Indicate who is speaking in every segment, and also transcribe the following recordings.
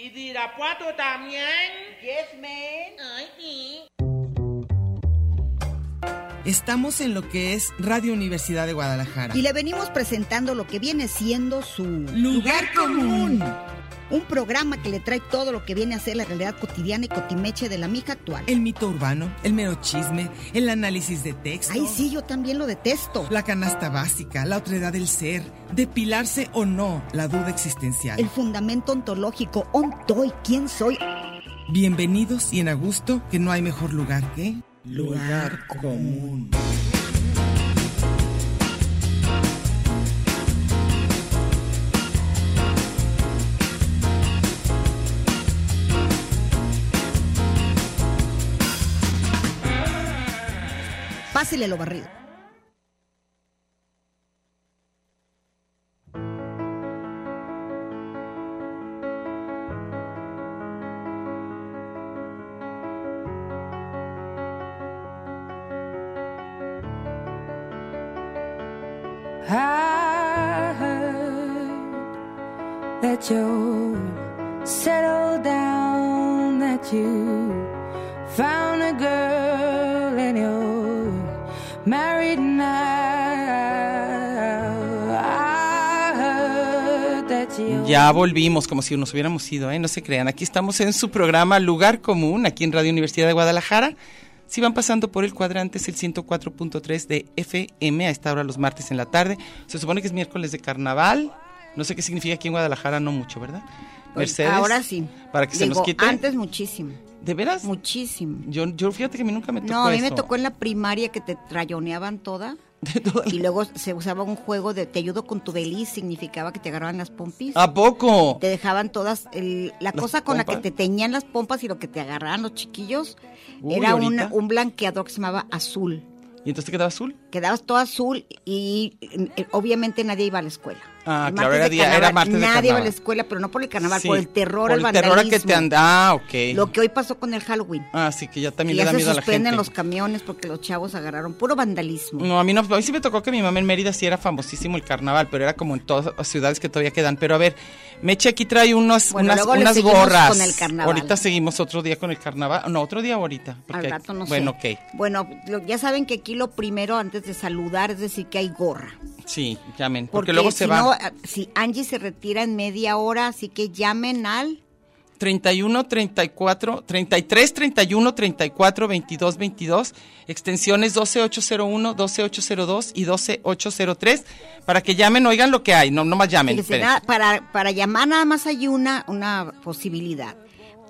Speaker 1: Irapuato también.
Speaker 2: Yes, man.
Speaker 1: Ay, sí.
Speaker 3: Estamos en lo que es Radio Universidad de Guadalajara.
Speaker 2: Y le venimos presentando lo que viene siendo su...
Speaker 3: Lugar común.
Speaker 2: Un programa que le trae todo lo que viene a ser la realidad cotidiana y cotimeche de la mija actual.
Speaker 3: El mito urbano, el mero chisme, el análisis de texto.
Speaker 2: Ay, sí, yo también lo detesto.
Speaker 3: La canasta básica, la otredad del ser, depilarse o no, la duda existencial.
Speaker 2: El fundamento ontológico, ontoy, quién soy.
Speaker 3: Bienvenidos y en a gusto, que no hay mejor lugar que...
Speaker 2: Lugar
Speaker 3: común.
Speaker 2: Pásele lo barrido.
Speaker 4: I heard that you settled down, that you found a girl and you're married now. I heard that you.
Speaker 5: Ya volvimos, como si nos hubiéramos ido, ¿eh? No se crean. Aquí estamos en su programa Lugar Común, aquí en Radio Universidad de Guadalajara. Si van pasando por el cuadrante, es el 104.3 de FM, a esta hora los martes en la tarde. Se supone que es miércoles de carnaval. No sé qué significa aquí en Guadalajara, no mucho, ¿verdad?
Speaker 2: Pues,
Speaker 5: Mercedes.
Speaker 2: Ahora sí.
Speaker 5: Para que se
Speaker 2: Digo,
Speaker 5: nos quite.
Speaker 2: Antes muchísimo.
Speaker 5: ¿De veras?
Speaker 2: Muchísimo.
Speaker 5: Yo, yo fíjate que a mí nunca me tocó
Speaker 2: No, a mí me
Speaker 5: eso.
Speaker 2: tocó en la primaria que te trayoneaban toda.
Speaker 5: De toda la-
Speaker 2: Y luego se usaba un juego de te ayudo con tu beliz, significaba que te agarraban las pompis.
Speaker 5: ¿A poco?
Speaker 2: Te dejaban todas, el- la
Speaker 5: Las
Speaker 2: cosa con la
Speaker 5: pompas.
Speaker 2: que te teñían las pompas y lo que te agarraban los chiquillos
Speaker 5: Uy,
Speaker 2: era un,
Speaker 5: ahorita.
Speaker 2: un blanqueador que se llamaba azul.
Speaker 5: ¿Y entonces te quedaba azul?
Speaker 2: Quedabas todo azul y eh, obviamente nadie iba a la escuela.
Speaker 5: Ah,
Speaker 2: El
Speaker 5: claro,
Speaker 2: martes
Speaker 5: era
Speaker 2: de
Speaker 5: día- era
Speaker 2: carnaval,
Speaker 5: martes de
Speaker 2: Nadie iba a
Speaker 5: carnaval.
Speaker 2: la escuela, pero no por el carnaval,
Speaker 5: Sí,
Speaker 2: por el terror,
Speaker 5: por
Speaker 2: el
Speaker 5: el terror a que te
Speaker 2: vandalismo.
Speaker 5: anda. Ah, ok.
Speaker 2: Lo que hoy pasó con el Halloween.
Speaker 5: Ah, sí, que ya
Speaker 2: que
Speaker 5: también le
Speaker 2: ya
Speaker 5: da
Speaker 2: se
Speaker 5: miedo a la gente.
Speaker 2: suspenden los camiones porque los chavos agarraron puro vandalismo.
Speaker 5: No, a mí no, a mí sí me tocó que mi mamá en Mérida sí era famosísimo el carnaval, pero era como en todas las ciudades que todavía quedan. Pero a ver, Meche aquí trae unos,
Speaker 2: Bueno,
Speaker 5: unas,
Speaker 2: luego le
Speaker 5: unas
Speaker 2: seguimos
Speaker 5: gorras.
Speaker 2: con el carnaval.
Speaker 5: Ahorita seguimos otro día con el carnaval. No, otro día ahorita. porque
Speaker 2: Al
Speaker 5: hay-
Speaker 2: rato no
Speaker 5: bueno,
Speaker 2: sé.
Speaker 5: ok.
Speaker 2: Bueno, lo- ya saben que aquí lo primero antes de saludar es decir que hay gorra.
Speaker 5: Sí, llamen.
Speaker 2: Porque,
Speaker 5: Porque, luego
Speaker 2: si
Speaker 5: se va.
Speaker 2: no, eh, si Angie se retira en media hora, así que llamen al...
Speaker 5: 31, 34, 33, 31, 34, 22, 22, extensiones 12801, 12802 y 12803, para que llamen, oigan lo que hay, no, no más llamen.
Speaker 2: Fíjense,
Speaker 5: esperen.
Speaker 2: nada- para, para llamar nada más hay una, una posibilidad.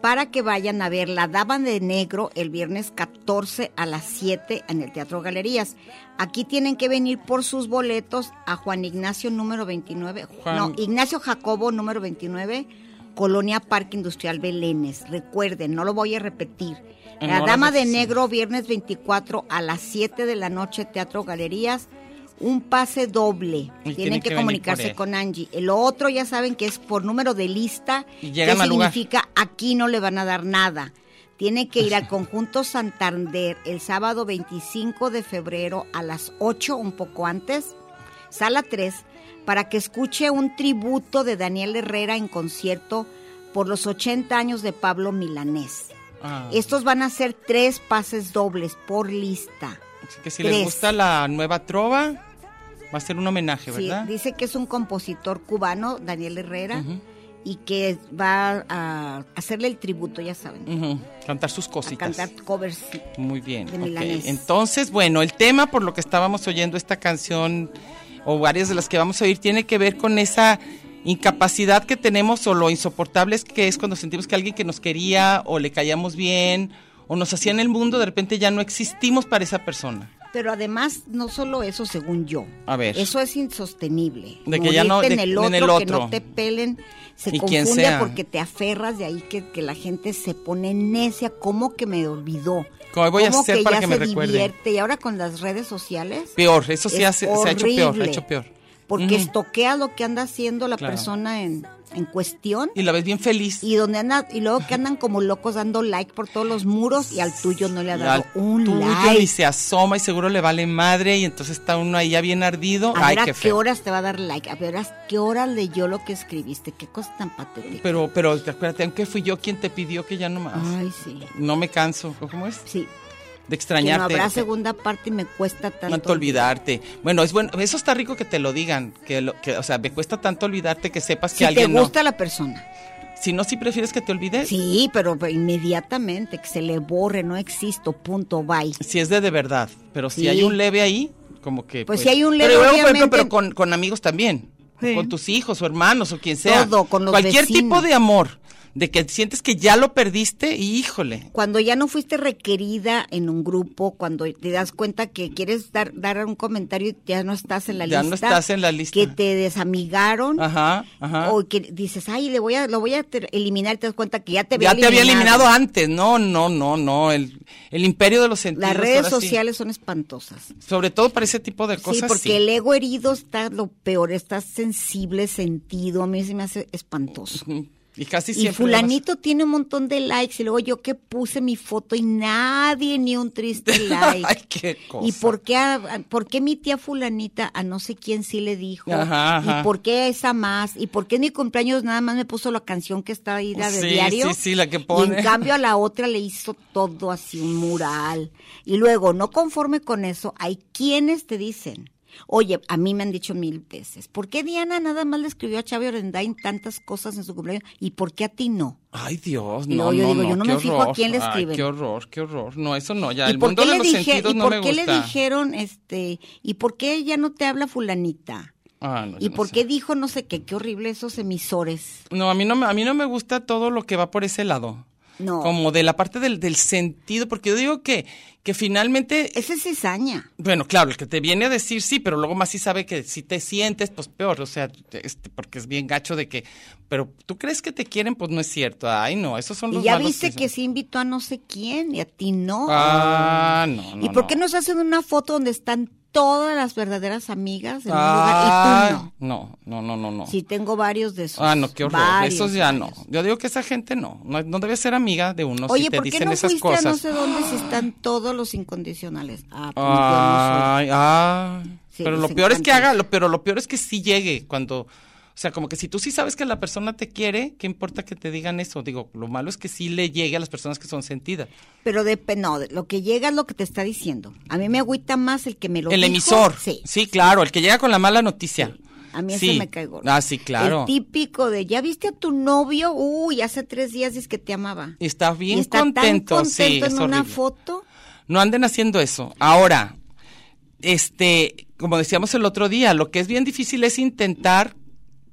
Speaker 2: Para que vayan a ver La Dama de Negro el viernes 14 a las 7 en el Teatro Galerías. Aquí tienen que venir por sus boletos a Juan Ignacio número 29.
Speaker 5: Juan-
Speaker 2: No, Ignacio Jacobo número 29, Colonia Parque Industrial Belénes. Recuerden, no lo voy a repetir.
Speaker 5: En
Speaker 2: La
Speaker 5: horas
Speaker 2: Dama de
Speaker 5: de oficina.
Speaker 2: Negro, viernes 24 a las 7 de la noche, Teatro Galerías. Un pase doble.
Speaker 5: Y
Speaker 2: Tienen
Speaker 5: tienen
Speaker 2: que,
Speaker 5: que venir por
Speaker 2: comunicarse
Speaker 5: él.
Speaker 2: con Angie. El otro ya saben que es por número de lista.
Speaker 5: Y llegan
Speaker 2: que
Speaker 5: al lugar.
Speaker 2: significa aquí no le van a dar nada. Tienen que ir al conjunto Santander el sábado 25 de febrero a las 8, un poco antes, sala 3, para que escuche un tributo de Daniel Herrera en concierto por los 80 años de Pablo Milanés.
Speaker 5: Ah,
Speaker 2: Estos van a ser tres pases dobles por lista.
Speaker 5: así que si
Speaker 2: tres.
Speaker 5: les gusta la nueva trova, va a ser un homenaje,
Speaker 2: Sí,
Speaker 5: ¿verdad?
Speaker 2: dice que es un compositor cubano, Daniel Herrera,
Speaker 5: Ujú.
Speaker 2: y que va a hacerle el tributo, ya saben,
Speaker 5: Ujú, Cantar sus
Speaker 2: a
Speaker 5: cositas.
Speaker 2: cantar covers. sí.
Speaker 5: Muy bien.
Speaker 2: De
Speaker 5: ok.
Speaker 2: Milanés.
Speaker 5: Entonces, bueno, el tema por lo que estábamos oyendo esta canción o varias de las que vamos a oír tiene que ver con esa incapacidad que tenemos o lo insoportables que es cuando sentimos que alguien que nos quería o le caíamos bien o nos hacía en el mundo de repente ya no existimos para esa persona.
Speaker 2: Pero además, no solo eso, según yo.
Speaker 5: A ver.
Speaker 2: Eso es insostenible.
Speaker 5: De que ya no-
Speaker 2: Morirte
Speaker 5: de-
Speaker 2: en, el otro,
Speaker 5: en el
Speaker 2: que
Speaker 5: otro.
Speaker 2: no te pelen, se
Speaker 5: Y quien
Speaker 2: confunde
Speaker 5: sea.
Speaker 2: porque te aferras de ahí que, que la gente se pone necia. ¿Cómo que me olvidó?
Speaker 5: ¿Cómo voy a
Speaker 2: ¿Cómo
Speaker 5: hacer para
Speaker 2: ya
Speaker 5: que me
Speaker 2: se
Speaker 5: recuerde?
Speaker 2: divierte? Y ahora con las redes sociales.
Speaker 5: Peor, eso sí
Speaker 2: Es
Speaker 5: hace- se ha hecho peor, ha
Speaker 2: horrible.
Speaker 5: hecho peor.
Speaker 2: porque
Speaker 5: Ujú.
Speaker 2: estoquea lo que anda haciendo la
Speaker 5: Claro.
Speaker 2: persona en, en cuestión
Speaker 5: Y la ves bien feliz.
Speaker 2: y donde anda y luego que andan como locos dando like por todos los muros y al tuyo no le ha
Speaker 5: Y
Speaker 2: dado
Speaker 5: al
Speaker 2: un
Speaker 5: tuyo,
Speaker 2: like.
Speaker 5: Y se asoma y seguro le vale madre y entonces está uno ahí ya bien ardido.
Speaker 2: A
Speaker 5: Ay,
Speaker 2: ver a
Speaker 5: qué
Speaker 2: qué,
Speaker 5: feo.
Speaker 2: horas te va a dar like, a ver a qué horas leyó lo que escribiste, qué cosa tan patética.
Speaker 5: Pero, pero acuérdate, aunque fui yo quien te pidió que ya no más.
Speaker 2: Ay, sí.
Speaker 5: No me canso. ¿Cómo es?
Speaker 2: Sí,
Speaker 5: De
Speaker 2: que no
Speaker 5: extrañarte.
Speaker 2: habrá
Speaker 5: o sea,
Speaker 2: segunda parte y me cuesta tanto.
Speaker 5: tanto olvidarte. Bueno, es bueno, eso está rico que te lo digan, que, lo, que o sea, me cuesta tanto olvidarte que sepas que
Speaker 2: Si te
Speaker 5: alguien no. ¿Eh?
Speaker 2: gusta la persona.
Speaker 5: Si no, si prefieres que te olvides.
Speaker 2: Sí, pero inmediatamente, que se le borre, no existo, punto, bye.
Speaker 5: Si es de de verdad, pero si
Speaker 2: Sí.
Speaker 5: hay un leve ahí, como que
Speaker 2: Pues si hay un leve,
Speaker 5: Pero, luego, por ejemplo,
Speaker 2: obviamente-
Speaker 5: pero con, con amigos también,
Speaker 2: Sí.
Speaker 5: con tus hijos o hermanos o quien sea.
Speaker 2: Todo, con los
Speaker 5: Cualquier tipo
Speaker 2: vecinos.
Speaker 5: de amor, de que sientes que ya lo perdiste, y híjole.
Speaker 2: Cuando ya no fuiste requerida en un grupo, cuando te das cuenta que quieres dar, dar un comentario y ya no estás en la
Speaker 5: Ya
Speaker 2: lista.
Speaker 5: no estás en la lista.
Speaker 2: Que te desamigaron.
Speaker 5: Ajá, ajá.
Speaker 2: O que dices, ay, le voy a, lo voy a ter- eliminar y te das cuenta que ya te había
Speaker 5: ya te había eliminado
Speaker 2: eliminado
Speaker 5: Ah, antes. No, no, no, no. El, el imperio de los sentidos.
Speaker 2: Las redes
Speaker 5: ahora sí.
Speaker 2: sociales son espantosas.
Speaker 5: Sobre todo para ese tipo de
Speaker 2: Sí,
Speaker 5: cosas.
Speaker 2: porque
Speaker 5: sí.
Speaker 2: el ego herido está lo peor, estás sensible, sentido, a mí se me hace espantoso.
Speaker 5: Ujú. Y casi
Speaker 2: Y
Speaker 5: siempre.
Speaker 2: fulanito tiene un montón de likes y luego yo que puse mi foto y nadie ni un triste like.
Speaker 5: Ay, qué cosa.
Speaker 2: ¿Y por qué, a- a- por qué mi tía fulanita a no sé quién sí le dijo?
Speaker 5: Ajá, ajá.
Speaker 2: ¿Y por qué esa más? ¿Y por qué en mi cumpleaños nada más me puso la canción que está ahí la de
Speaker 5: Sí,
Speaker 2: diario?
Speaker 5: sí, sí, la que
Speaker 2: Y
Speaker 5: pone.
Speaker 2: en cambio a la otra le hizo todo así un mural. Y luego, no conforme con eso, hay quienes te dicen... Oye, a mí me han dicho mil veces, ¿por qué Diana nada más le escribió a Xavi Orendain tantas cosas en su cumpleaños y por qué a ti no?
Speaker 5: Ay, Dios,
Speaker 2: Y luego
Speaker 5: no,
Speaker 2: yo
Speaker 5: no,
Speaker 2: digo,
Speaker 5: no,
Speaker 2: yo no
Speaker 5: qué
Speaker 2: me fijo a
Speaker 5: horror.
Speaker 2: quién le
Speaker 5: Ay,
Speaker 2: escriben.
Speaker 5: qué horror, qué horror. No, eso no, ya,
Speaker 2: ¿Y
Speaker 5: el
Speaker 2: por
Speaker 5: mundo
Speaker 2: qué
Speaker 5: de
Speaker 2: le
Speaker 5: los
Speaker 2: dije-
Speaker 5: sentidos
Speaker 2: y
Speaker 5: no
Speaker 2: por
Speaker 5: me
Speaker 2: qué
Speaker 5: gusta.
Speaker 2: le dijeron, este, y por qué ella no te habla fulanita?
Speaker 5: Ah, no, yo
Speaker 2: ¿Y
Speaker 5: no
Speaker 2: por
Speaker 5: sé.
Speaker 2: qué dijo no sé qué? Qué horrible esos emisores.
Speaker 5: No, a mí no, me- a mí no me gusta todo lo que va por ese lado.
Speaker 2: No.
Speaker 5: Como de la parte del, del sentido, porque yo digo que, que finalmente
Speaker 2: Esa es cizaña.
Speaker 5: Bueno, claro, el que te viene a decir sí, pero luego más sí sabe que si te sientes, pues peor, o sea, este, porque es bien gacho de que, pero tú crees que te quieren, pues no es cierto. Ay, no, esos son los
Speaker 2: Y ya
Speaker 5: malos
Speaker 2: viste que
Speaker 5: son.
Speaker 2: sí invitó a no sé quién y a ti no.
Speaker 5: Ah, no, no.
Speaker 2: ¿Y por qué no se hacen una foto donde están todas las verdaderas amigas en un lugar
Speaker 5: Ah,
Speaker 2: y tú
Speaker 5: no, no, no, no, no.
Speaker 2: no? Sí, tengo varios de esos.
Speaker 5: Ah, no, qué horror.
Speaker 2: Varios,
Speaker 5: esos ya no.
Speaker 2: varios.
Speaker 5: Yo digo que esa gente no, no, no debe ser amiga de uno
Speaker 2: Oye,
Speaker 5: si te
Speaker 2: ¿por qué
Speaker 5: dicen
Speaker 2: no
Speaker 5: esas
Speaker 2: fuiste
Speaker 5: cosas.
Speaker 2: a no sé dónde si están todos los incondicionales? Ah, pues yo no soy.
Speaker 5: Ay, ay.
Speaker 2: Sí,
Speaker 5: pero lo
Speaker 2: les
Speaker 5: peor es que
Speaker 2: encanta
Speaker 5: haga,
Speaker 2: eso.
Speaker 5: lo, pero lo peor es que sí llegue cuando, o sea, como que si tú sí sabes que la persona te quiere, ¿qué importa que te digan eso? Digo, lo malo es que sí le llegue a las personas que son sentidas.
Speaker 2: Pero de, no, de- lo que llega es lo que te está diciendo. A mí me agüita más el que me lo
Speaker 5: El
Speaker 2: dijo.
Speaker 5: emisor.
Speaker 2: Sí.
Speaker 5: claro, el que llega con la mala noticia.
Speaker 2: A mí
Speaker 5: Sí.
Speaker 2: ese me cae gordo.
Speaker 5: Ah, sí, claro.
Speaker 2: El típico de, ¿ya viste a tu novio? Uy, hace tres días dices que te amaba.
Speaker 5: Y está bien
Speaker 2: y está
Speaker 5: contento,
Speaker 2: tan contento
Speaker 5: sí,
Speaker 2: en
Speaker 5: es
Speaker 2: una
Speaker 5: horrible.
Speaker 2: foto.
Speaker 5: No anden haciendo eso. Ahora, este, como decíamos el otro día, lo que es bien difícil es intentar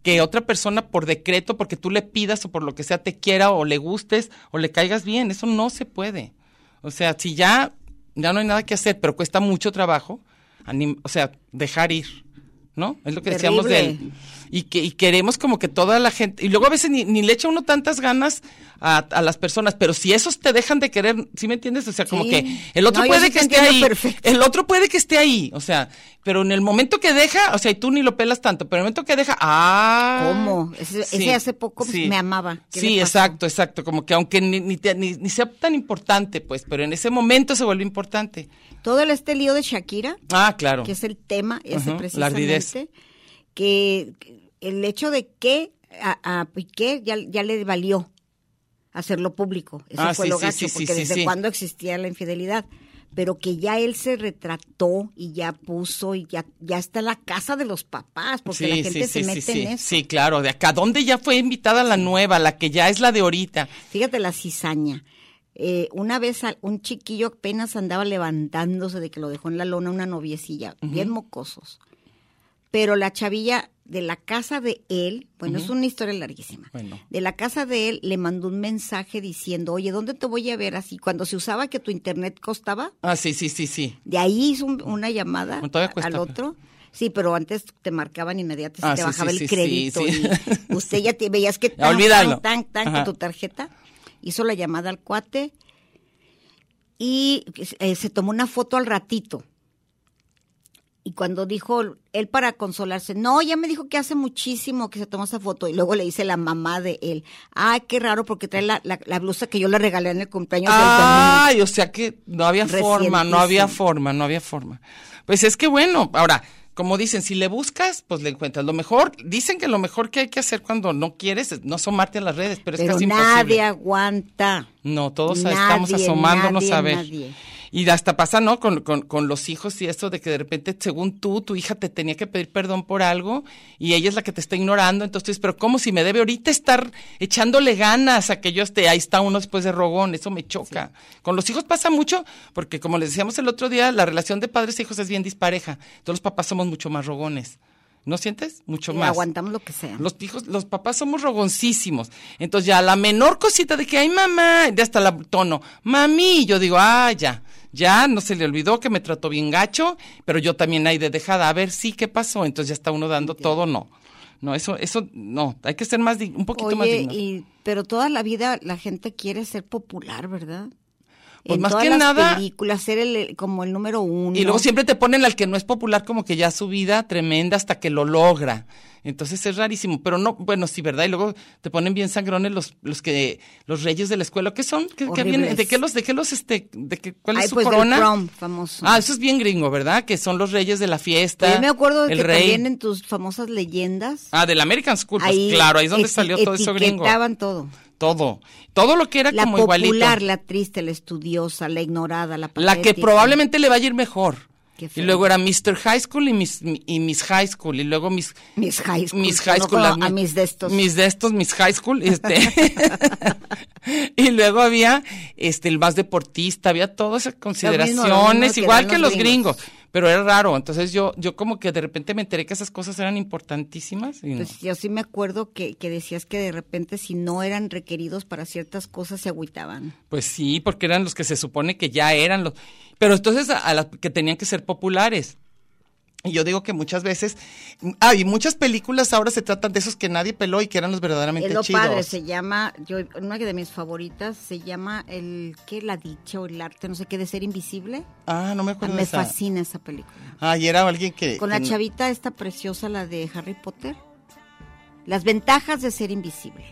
Speaker 5: que otra persona por decreto, porque tú le pidas o por lo que sea te quiera o le gustes o le caigas bien, eso no se puede. O sea, si ya ya no hay nada que hacer, pero cuesta mucho trabajo, anim- o sea, dejar ir, ¿no? Es lo que decíamos de
Speaker 2: Terrible.
Speaker 5: él. Y, que, y queremos como que toda la gente, y luego a veces ni, ni le echa uno tantas ganas a, a las personas, pero si esos te dejan de querer, ¿sí me entiendes? O sea, como
Speaker 2: Sí.
Speaker 5: que el otro
Speaker 2: No, yo
Speaker 5: puede
Speaker 2: sí
Speaker 5: que
Speaker 2: te
Speaker 5: esté ahí,
Speaker 2: entiendo perfecto.
Speaker 5: el otro puede que esté ahí, o sea, pero en el momento que deja, o sea, y tú ni lo pelas tanto, pero en el momento que deja, ah.
Speaker 2: ¿Cómo? Ese- ese hace poco, pues, me amaba. ¿Qué
Speaker 5: Sí,
Speaker 2: le pasó?
Speaker 5: exacto, exacto, como que aunque ni, ni, te- ni- ni sea tan importante, pues, pero en ese momento se vuelve importante.
Speaker 2: Todo el- este lío de Shakira,
Speaker 5: Ah, claro.
Speaker 2: que es el tema
Speaker 5: Ujú,
Speaker 2: ese
Speaker 5: la ardidez.
Speaker 2: precisamente, que que el hecho de que a, a Piqué ya, ya le valió hacerlo público. Eso
Speaker 5: Ah,
Speaker 2: fue
Speaker 5: sí,
Speaker 2: lo
Speaker 5: sí,
Speaker 2: gacho,
Speaker 5: sí, sí,
Speaker 2: porque
Speaker 5: sí,
Speaker 2: desde
Speaker 5: sí.
Speaker 2: cuando existía la infidelidad. Pero que ya él se retrató y ya puso y ya, ya está en la casa de los papás, porque la gente se mete
Speaker 5: sí,
Speaker 2: en
Speaker 5: sí,
Speaker 2: eso.
Speaker 5: sí, claro, de acá, ¿dónde ya fue invitada la nueva, la que ya es la de ahorita?
Speaker 2: Fíjate la cizaña. Eh, una vez al- un chiquillo apenas andaba levantándose de que lo dejó en la lona una noviecilla, bien mocosos. Pero la chavilla de la casa de él, bueno, es una historia larguísima.
Speaker 5: Bueno.
Speaker 2: De la casa de él le mandó un mensaje diciendo, oye, ¿dónde te voy a ver así? Cuando se usaba que tu internet costaba,
Speaker 5: Ah, sí, sí, sí, sí.
Speaker 2: de ahí hizo un- una llamada
Speaker 5: Bueno, todavía
Speaker 2: a-
Speaker 5: cuesta,
Speaker 2: al
Speaker 5: pero-
Speaker 2: otro. Sí, pero antes te marcaban inmediato, se
Speaker 5: Ah,
Speaker 2: te
Speaker 5: sí,
Speaker 2: bajaba
Speaker 5: sí,
Speaker 2: el
Speaker 5: sí, sí,
Speaker 2: crédito.
Speaker 5: sí.
Speaker 2: y usted ya te veías que
Speaker 5: Ya,
Speaker 2: tan,
Speaker 5: olvídalo.
Speaker 2: tan, tan, tan,
Speaker 5: Ajá.
Speaker 2: con tu tarjeta. Hizo la llamada al cuate y eh, se tomó una foto al ratito. Y cuando dijo él para consolarse, no, ya me dijo que hace muchísimo que se tomó esa foto. Y luego le dice la mamá de él, ay, qué raro porque trae la, la, la blusa que yo le regalé en el cumpleaños. del
Speaker 5: Ay, o sea que no había forma, no había
Speaker 2: Recientísimo.
Speaker 5: forma, no había forma. Pues es que bueno, ahora, como dicen, si le buscas, pues le encuentras. Lo mejor, dicen que lo mejor que hay que hacer cuando no quieres es no asomarte a las redes, pero, es
Speaker 2: Pero
Speaker 5: casi
Speaker 2: nadie
Speaker 5: imposible.
Speaker 2: aguanta.
Speaker 5: No, todos
Speaker 2: Nadie,
Speaker 5: estamos asomándonos
Speaker 2: nadie,
Speaker 5: a ver.
Speaker 2: nadie.
Speaker 5: Y hasta pasa, ¿no? Con, con, con los hijos y esto de que de repente, según tú, tu hija te tenía que pedir perdón por algo y ella es la que te está ignorando. Entonces, tú dices, pero ¿cómo si me debe ahorita estar echándole ganas a que yo esté? Ahí está uno después de rogón, eso me choca. Con los hijos pasa mucho porque, como les decíamos el otro día, la relación de padres e hijos es bien dispareja. Todos los papás somos mucho más rogones. ¿No sientes? Mucho
Speaker 2: Y
Speaker 5: más.
Speaker 2: Aguantamos lo que sea.
Speaker 5: Los hijos, los papás somos rogoncísimos. Entonces ya la menor cosita de que ay mamá, de hasta el tono, mami, yo digo, ah, ya, ya no se le olvidó que me trató bien gacho, pero yo también hay de dejada, a ver sí qué pasó. Entonces ya está uno dando todo, no. No, eso, eso, no, hay que ser más dig- un poquito más
Speaker 2: Oye,
Speaker 5: digno.
Speaker 2: y, pero toda la vida la gente quiere ser popular, ¿verdad?
Speaker 5: Pues
Speaker 2: en
Speaker 5: más
Speaker 2: todas
Speaker 5: que
Speaker 2: las
Speaker 5: nada-
Speaker 2: películas, ser el- el- como el número uno.
Speaker 5: Y luego siempre te ponen al que no es popular como que ya su vida tremenda hasta que lo logra. Entonces es rarísimo, pero no, bueno, sí, ¿verdad? Y luego te ponen bien sangrones los, los que, los reyes de la escuela, ¿qué son? ¿Qué, qué vienen?
Speaker 2: Horribles.
Speaker 5: ¿De qué los, de qué los, este, de qué, cuál
Speaker 2: Ay,
Speaker 5: es su
Speaker 2: pues del
Speaker 5: corona?
Speaker 2: prom famoso.
Speaker 5: Ah, eso es bien gringo, ¿verdad? Que son los reyes de la fiesta.
Speaker 2: Pues, Yo me acuerdo de
Speaker 5: el
Speaker 2: que
Speaker 5: rey.
Speaker 2: también en tus famosas leyendas.
Speaker 5: Ah, del American School, pues, claro, ahí es donde
Speaker 2: eti-
Speaker 5: salió todo eso gringo.
Speaker 2: Etiquetaban todo.
Speaker 5: Todo. Todo lo que era
Speaker 2: La
Speaker 5: como
Speaker 2: popular,
Speaker 5: igualito.
Speaker 2: la triste, la estudiosa, la ignorada, la
Speaker 5: La que
Speaker 2: patética.
Speaker 5: probablemente le vaya a ir mejor.
Speaker 2: Qué
Speaker 5: Y
Speaker 2: feo.
Speaker 5: luego era Mr. High School y Miss, y Miss High School. Y luego Miss,
Speaker 2: Mis high school.
Speaker 5: mis high
Speaker 2: no
Speaker 5: school.
Speaker 2: como
Speaker 5: las
Speaker 2: a
Speaker 5: mi-
Speaker 2: mis de estos.
Speaker 5: Mis de estos, mis high school. Este. y luego había este el más deportista, había todas esas consideraciones,
Speaker 2: que
Speaker 5: igual
Speaker 2: dan
Speaker 5: que
Speaker 2: los
Speaker 5: los gringos.
Speaker 2: gringos.
Speaker 5: Pero era raro, entonces yo, yo como que de repente me enteré que esas cosas eran importantísimas. y no.
Speaker 2: Pues yo sí me acuerdo que, que decías que de repente si no eran requeridos para ciertas cosas se agüitaban.
Speaker 5: Pues sí, porque eran los que se supone que ya eran los. Pero entonces a, a las que tenían que ser populares. Y yo digo que muchas veces. Hay muchas películas ahora se tratan de esos que nadie peló y que eran los verdaderamente
Speaker 2: Es lo
Speaker 5: chidos.
Speaker 2: padre, se llama, yo una de mis favoritas se llama el qué la dicha o el arte, no sé qué de ser invisible.
Speaker 5: Ah, no me
Speaker 2: Ah,
Speaker 5: acuerdo de
Speaker 2: Me
Speaker 5: esa.
Speaker 2: fascina esa película.
Speaker 5: Ah, y era alguien que.
Speaker 2: Con la
Speaker 5: que-
Speaker 2: chavita esta preciosa la de Harry Potter. Las ventajas de ser invisible.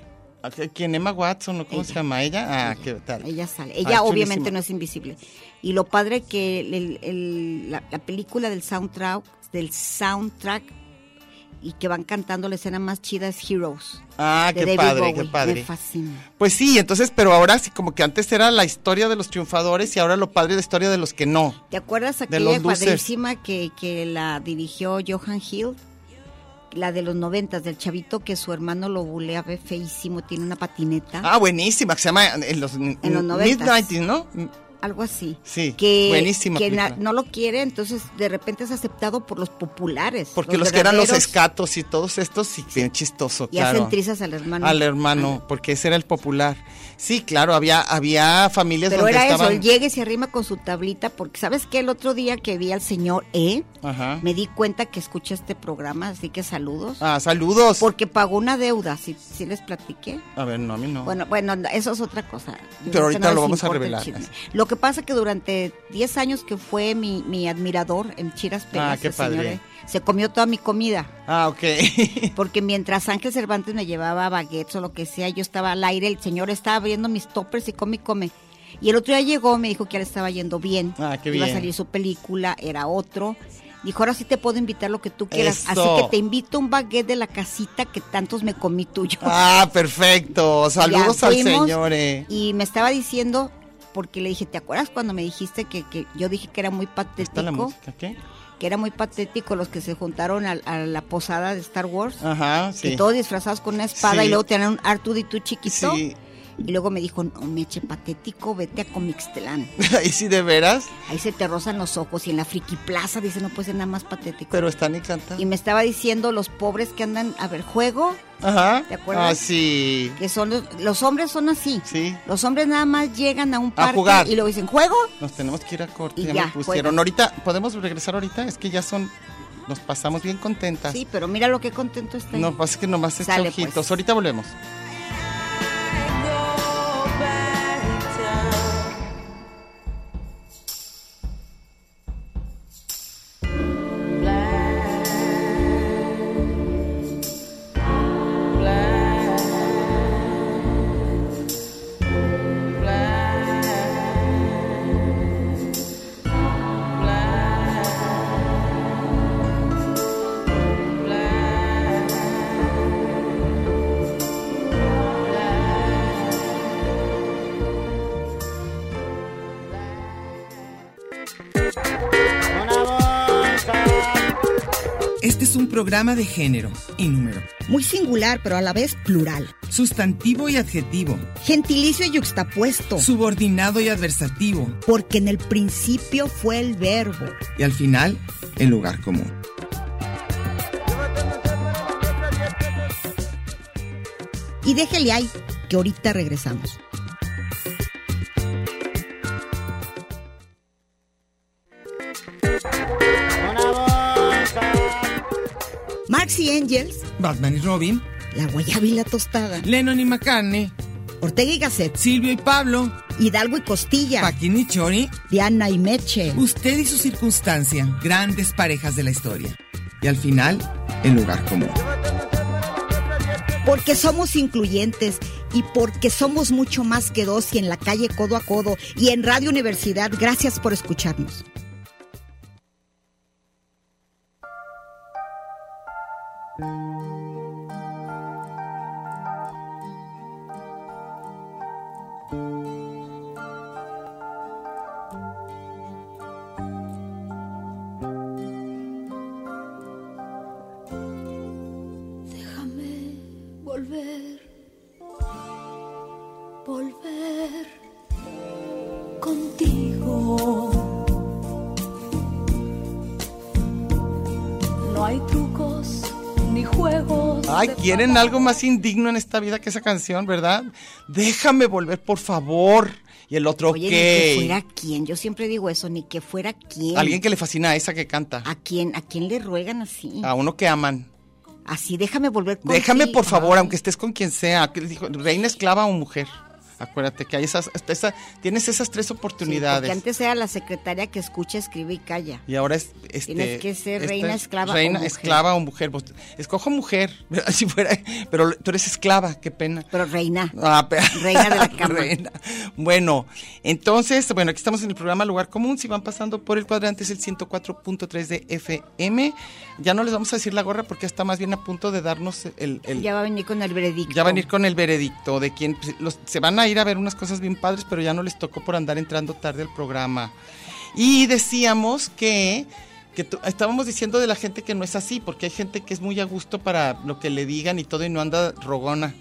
Speaker 5: ¿A qué- ¿Quién? Emma Watson, ¿o ¿cómo se llama ella? Ah, qué tal.
Speaker 2: Ella sale.
Speaker 5: Ah,
Speaker 2: Ella obviamente
Speaker 5: chulísima.
Speaker 2: no es invisible. Y lo padre que el- el- el- la, la película del soundtrack, del soundtrack y que van cantando la escena más chida es Heroes.
Speaker 5: Ah,
Speaker 2: de
Speaker 5: qué
Speaker 2: David
Speaker 5: padre, qué
Speaker 2: Bowie.
Speaker 5: padre.
Speaker 2: Me fascina.
Speaker 5: Pues sí, entonces, pero ahora sí, como que antes era la historia de los triunfadores y ahora lo padre es la historia de los que no.
Speaker 2: ¿Te acuerdas
Speaker 5: los
Speaker 2: aquella
Speaker 5: losers.
Speaker 2: padrísima que, que la dirigió Johan Hill? La de los noventas, del chavito que su hermano lo bulea, ve feísimo, tiene una patineta.
Speaker 5: Ah, buenísima, que se llama en los,
Speaker 2: En los noventas.
Speaker 5: Mid-90s, ¿no?
Speaker 2: algo así.
Speaker 5: Sí,
Speaker 2: que,
Speaker 5: buenísima
Speaker 2: Que
Speaker 5: película.
Speaker 2: na- no lo quiere, entonces de repente es aceptado por los populares.
Speaker 5: Porque los, que eran los
Speaker 2: verdaderos,
Speaker 5: escatos y todos estos, sí, bien chistoso,
Speaker 2: Y
Speaker 5: claro.
Speaker 2: hacen trizas al hermano.
Speaker 5: Al hermano, porque ese era el popular. Sí, claro, había, había familias
Speaker 2: Pero
Speaker 5: donde
Speaker 2: era eso,
Speaker 5: estaban.
Speaker 2: él llega y se arrima con su tablita, porque ¿sabes qué? El otro día que vi al señor E,
Speaker 5: Ajá.
Speaker 2: me di cuenta que escucha este programa, así que saludos.
Speaker 5: Ah, saludos.
Speaker 2: Porque pagó una deuda, si, si les platiqué.
Speaker 5: A ver, no, a mí no.
Speaker 2: Bueno, bueno, eso es otra cosa. Yo
Speaker 5: Pero
Speaker 2: creo que
Speaker 5: ahorita
Speaker 2: les
Speaker 5: lo vamos a
Speaker 2: importa el
Speaker 5: revelar.
Speaker 2: chisme. Lo que pasa que durante 10 años que fue mi, mi admirador en Chiras Pelas,
Speaker 5: Ah, qué
Speaker 2: el señor
Speaker 5: padre.
Speaker 2: E, se comió toda mi comida.
Speaker 5: Ah, ok.
Speaker 2: Porque mientras Ángel Cervantes me llevaba baguettes o lo que sea, yo estaba al aire, el señor estaba abriendo mis toppers y come y come. Y el otro día llegó, me dijo que ya le estaba yendo bien.
Speaker 5: Ah, qué
Speaker 2: Iba a
Speaker 5: bien.
Speaker 2: salir su película, era otro. Dijo, ahora sí te puedo invitar lo que tú quieras.
Speaker 5: Eso.
Speaker 2: Así que te invito un baguette de la casita que tantos me comí tuyo.
Speaker 5: Ah, perfecto. Saludos
Speaker 2: Ya
Speaker 5: al
Speaker 2: fuimos,
Speaker 5: señor. eh.
Speaker 2: Y me estaba diciendo, porque le dije, ¿te acuerdas cuando me dijiste que, que yo dije que era muy
Speaker 5: ¿Está la
Speaker 2: patético?
Speaker 5: música? ¿Qué?
Speaker 2: Que era muy patético los que se juntaron al- a, la posada de Star Wars.
Speaker 5: Ajá,
Speaker 2: que
Speaker 5: sí.
Speaker 2: todos disfrazados con una espada
Speaker 5: Sí.
Speaker 2: y luego tenían un Artudito chiquito.
Speaker 5: Sí.
Speaker 2: Y luego me dijo, no, meche patético, vete a Comixtelán.
Speaker 5: Ahí sí, de veras.
Speaker 2: Ahí se te rozan los ojos y en la friki plaza dice, no puede ser nada más patético.
Speaker 5: Pero están encantados.
Speaker 2: y me estaba diciendo los pobres que andan a ver juego,
Speaker 5: Ajá.
Speaker 2: ¿Te acuerdas?
Speaker 5: Ah, sí.
Speaker 2: que son los, los hombres son así.
Speaker 5: Sí.
Speaker 2: Los hombres nada más llegan a un parque
Speaker 5: jugar.
Speaker 2: y luego dicen, ¿juego?
Speaker 5: Nos tenemos que ir a corte.
Speaker 2: Y
Speaker 5: Ya,
Speaker 2: ya,
Speaker 5: me pusieron.
Speaker 2: juegan.
Speaker 5: Ahorita, ¿podemos regresar ahorita? Es que ya son. Nos pasamos bien contentas.
Speaker 2: Sí, pero mira lo que contento está.
Speaker 5: Ah. No, pasa que nomás echa
Speaker 2: Sale,
Speaker 5: ojitos.
Speaker 2: pues.
Speaker 5: Ahorita volvemos.
Speaker 4: Fly
Speaker 3: Este es un programa de género y número,
Speaker 2: Muy singular, pero a la vez plural.
Speaker 3: sustantivo y adjetivo,
Speaker 2: Gentilicio y
Speaker 5: Oh.
Speaker 2: yuxtapuesto.
Speaker 3: subordinado y adversativo,
Speaker 2: Porque en el principio fue el verbo.
Speaker 3: y al final, el lugar común.
Speaker 2: Y déjele ahí, que ahorita regresamos. Marx y Engels,
Speaker 3: Batman y Robin,
Speaker 2: la guayaba y la tostada,
Speaker 3: Lennon y McCartney,
Speaker 2: Ortega y Gasset,
Speaker 3: Silvio y Pablo,
Speaker 2: Hidalgo y Costilla,
Speaker 3: Paquín y Chori,
Speaker 2: Diana y Meche.
Speaker 3: usted y su circunstancia, grandes parejas de la historia. Y al final, el lugar común.
Speaker 2: Porque somos incluyentes y porque somos mucho más que dos y en la calle codo a codo y en Radio Universidad. Gracias por escucharnos.
Speaker 6: Déjame volver, volver contigo. No hay trucos ni juegos.
Speaker 5: Ay,
Speaker 6: de
Speaker 5: quieren
Speaker 6: palabras.
Speaker 5: algo más indigno en esta vida que esa canción, ¿verdad? Déjame volver, por favor. Y el otro,
Speaker 2: Oye, ni que
Speaker 5: ok.
Speaker 2: fuera quién. Yo siempre digo eso, ni que fuera quién.
Speaker 5: Alguien que le fascina a esa que canta.
Speaker 2: ¿A quién, ¿A quién le ruegan así?
Speaker 5: A uno que aman.
Speaker 2: Así, déjame volver con
Speaker 5: Déjame,
Speaker 2: ti.
Speaker 5: por favor,
Speaker 2: Ay.
Speaker 5: aunque estés con quien sea. que dijo, Reina, esclava o mujer. Acuérdate que hay esas, esa- tienes esas tres
Speaker 2: Sí,
Speaker 5: oportunidades.
Speaker 2: porque antes era la secretaria que escucha, escribe y calla.
Speaker 5: Y ahora es. Este,
Speaker 2: Tienes que ser reina, esclava o
Speaker 5: reina,
Speaker 2: mujer.
Speaker 5: esclava o mujer. Pues, escojo mujer, ¿verdad? si fuera. Pero tú eres esclava, qué pena.
Speaker 2: Pero reina,
Speaker 5: Ah, pe-
Speaker 2: Reina de la cama.
Speaker 5: Reina. Bueno, entonces, bueno, aquí estamos en el programa Lugar Común. Si van pasando por el cuadrante es el 104.3 de FM. Ya no les vamos a decir la gorra porque está más bien a punto de darnos el... el-
Speaker 2: ya
Speaker 5: ya,
Speaker 2: va a venir con el veredicto.
Speaker 5: van a ir con el veredicto de quien... pues, los- se van a ir a ver unas cosas bien padres, pero ya no les tocó por andar entrando tarde al programa. Y decíamos que... Que tú- estábamos diciendo de la gente que no es así, porque hay gente que es muy a gusto para lo que le digan y todo y no anda rogona.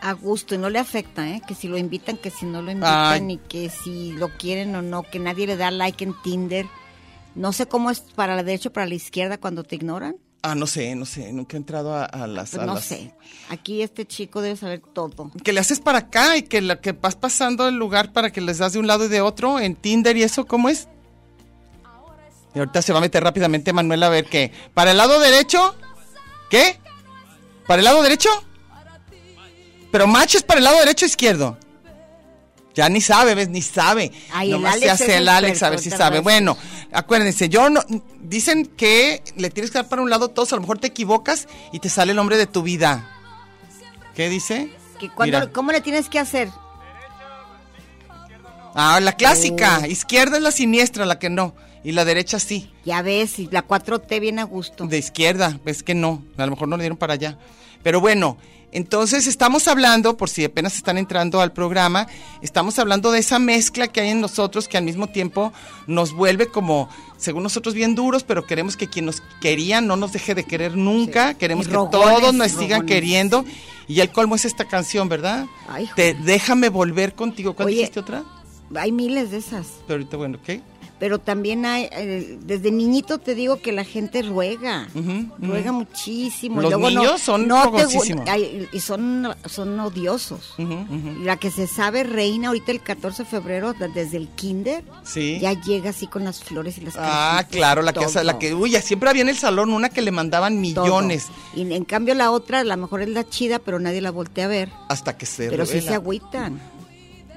Speaker 2: A gusto, y no le afecta, ¿eh? Que si lo invitan, que si no lo invitan,
Speaker 5: Ay.
Speaker 2: y que si lo quieren o no, que nadie le da like en Tinder. No sé cómo es para la derecha o para la izquierda cuando te ignoran.
Speaker 5: Ah, no sé, no sé, nunca he entrado a, a las...
Speaker 2: Pues
Speaker 5: a
Speaker 2: no
Speaker 5: las-
Speaker 2: sé. Aquí este chico debe saber todo.
Speaker 5: Que le haces para acá y que, la, que vas pasando el lugar para que les das de un lado y de otro en Tinder y eso, ¿cómo es? Y ahorita se va a meter rápidamente Manuel a ver qué. ¿Para el lado derecho? ¿Qué? ¿Para el lado derecho? Pero macho es para el lado derecho o izquierdo. Ya ni sabe, ¿ves? Ni sabe.
Speaker 2: Ay, el
Speaker 5: Nomás se
Speaker 2: Alex es
Speaker 5: hace el
Speaker 2: un
Speaker 5: Alex a ver si
Speaker 2: experto,
Speaker 5: sabe.
Speaker 2: ¿verdad?
Speaker 5: Bueno, acuérdense, yo no. Dicen que le tienes que dar para un lado todos, a lo mejor te equivocas y te sale el hombre de tu vida. ¿Qué dice?
Speaker 2: Que cuando,
Speaker 5: Mira.
Speaker 2: ¿Cómo le tienes que hacer?
Speaker 5: Ah, la clásica.
Speaker 2: Oh.
Speaker 5: Izquierda es la siniestra, la que no. Y la derecha sí.
Speaker 2: Ya ves, y la 4T viene a gusto.
Speaker 5: De izquierda, ves que no. A lo mejor no le dieron para allá. Pero bueno, entonces estamos hablando, por si apenas están entrando al programa, estamos hablando de esa mezcla que hay en nosotros que al mismo tiempo nos vuelve como, según nosotros, bien duros, pero queremos que quien nos quería no nos deje de querer nunca. Queremos
Speaker 2: Y
Speaker 5: que
Speaker 2: rogones,
Speaker 5: todos nos sigan
Speaker 2: rogones.
Speaker 5: queriendo. Y el colmo es esta canción, ¿verdad?
Speaker 2: Ay,
Speaker 5: Te déjame volver contigo. ¿Cuál
Speaker 2: Oye.
Speaker 5: dijiste otra?
Speaker 2: Hay miles de esas.
Speaker 5: Pero ahorita, bueno, ¿qué?
Speaker 2: Pero también hay, eh, desde niñito te digo que la gente ruega,
Speaker 5: Ujú, ujú.
Speaker 2: ruega muchísimo. Y
Speaker 5: Los
Speaker 2: luego no-
Speaker 5: niños son
Speaker 2: no te gu-
Speaker 5: fogosísimos.
Speaker 2: ay, y son, son odiosos.
Speaker 5: Ujú, ujú.
Speaker 2: Y La que se sabe reina ahorita el 14 de febrero, da- desde el kinder,
Speaker 5: Sí.
Speaker 2: ya llega así con las flores y las
Speaker 5: Ah,
Speaker 2: cajitas y
Speaker 5: claro, la que,
Speaker 2: todo.
Speaker 5: la que, uy, ya siempre había en el salón una que le mandaban
Speaker 2: Todo.
Speaker 5: millones
Speaker 2: Y en cambio la otra, a lo mejor es la chida, pero nadie la voltea a ver.
Speaker 5: hasta que se
Speaker 2: Pero sí
Speaker 5: revela.
Speaker 2: se agüitan.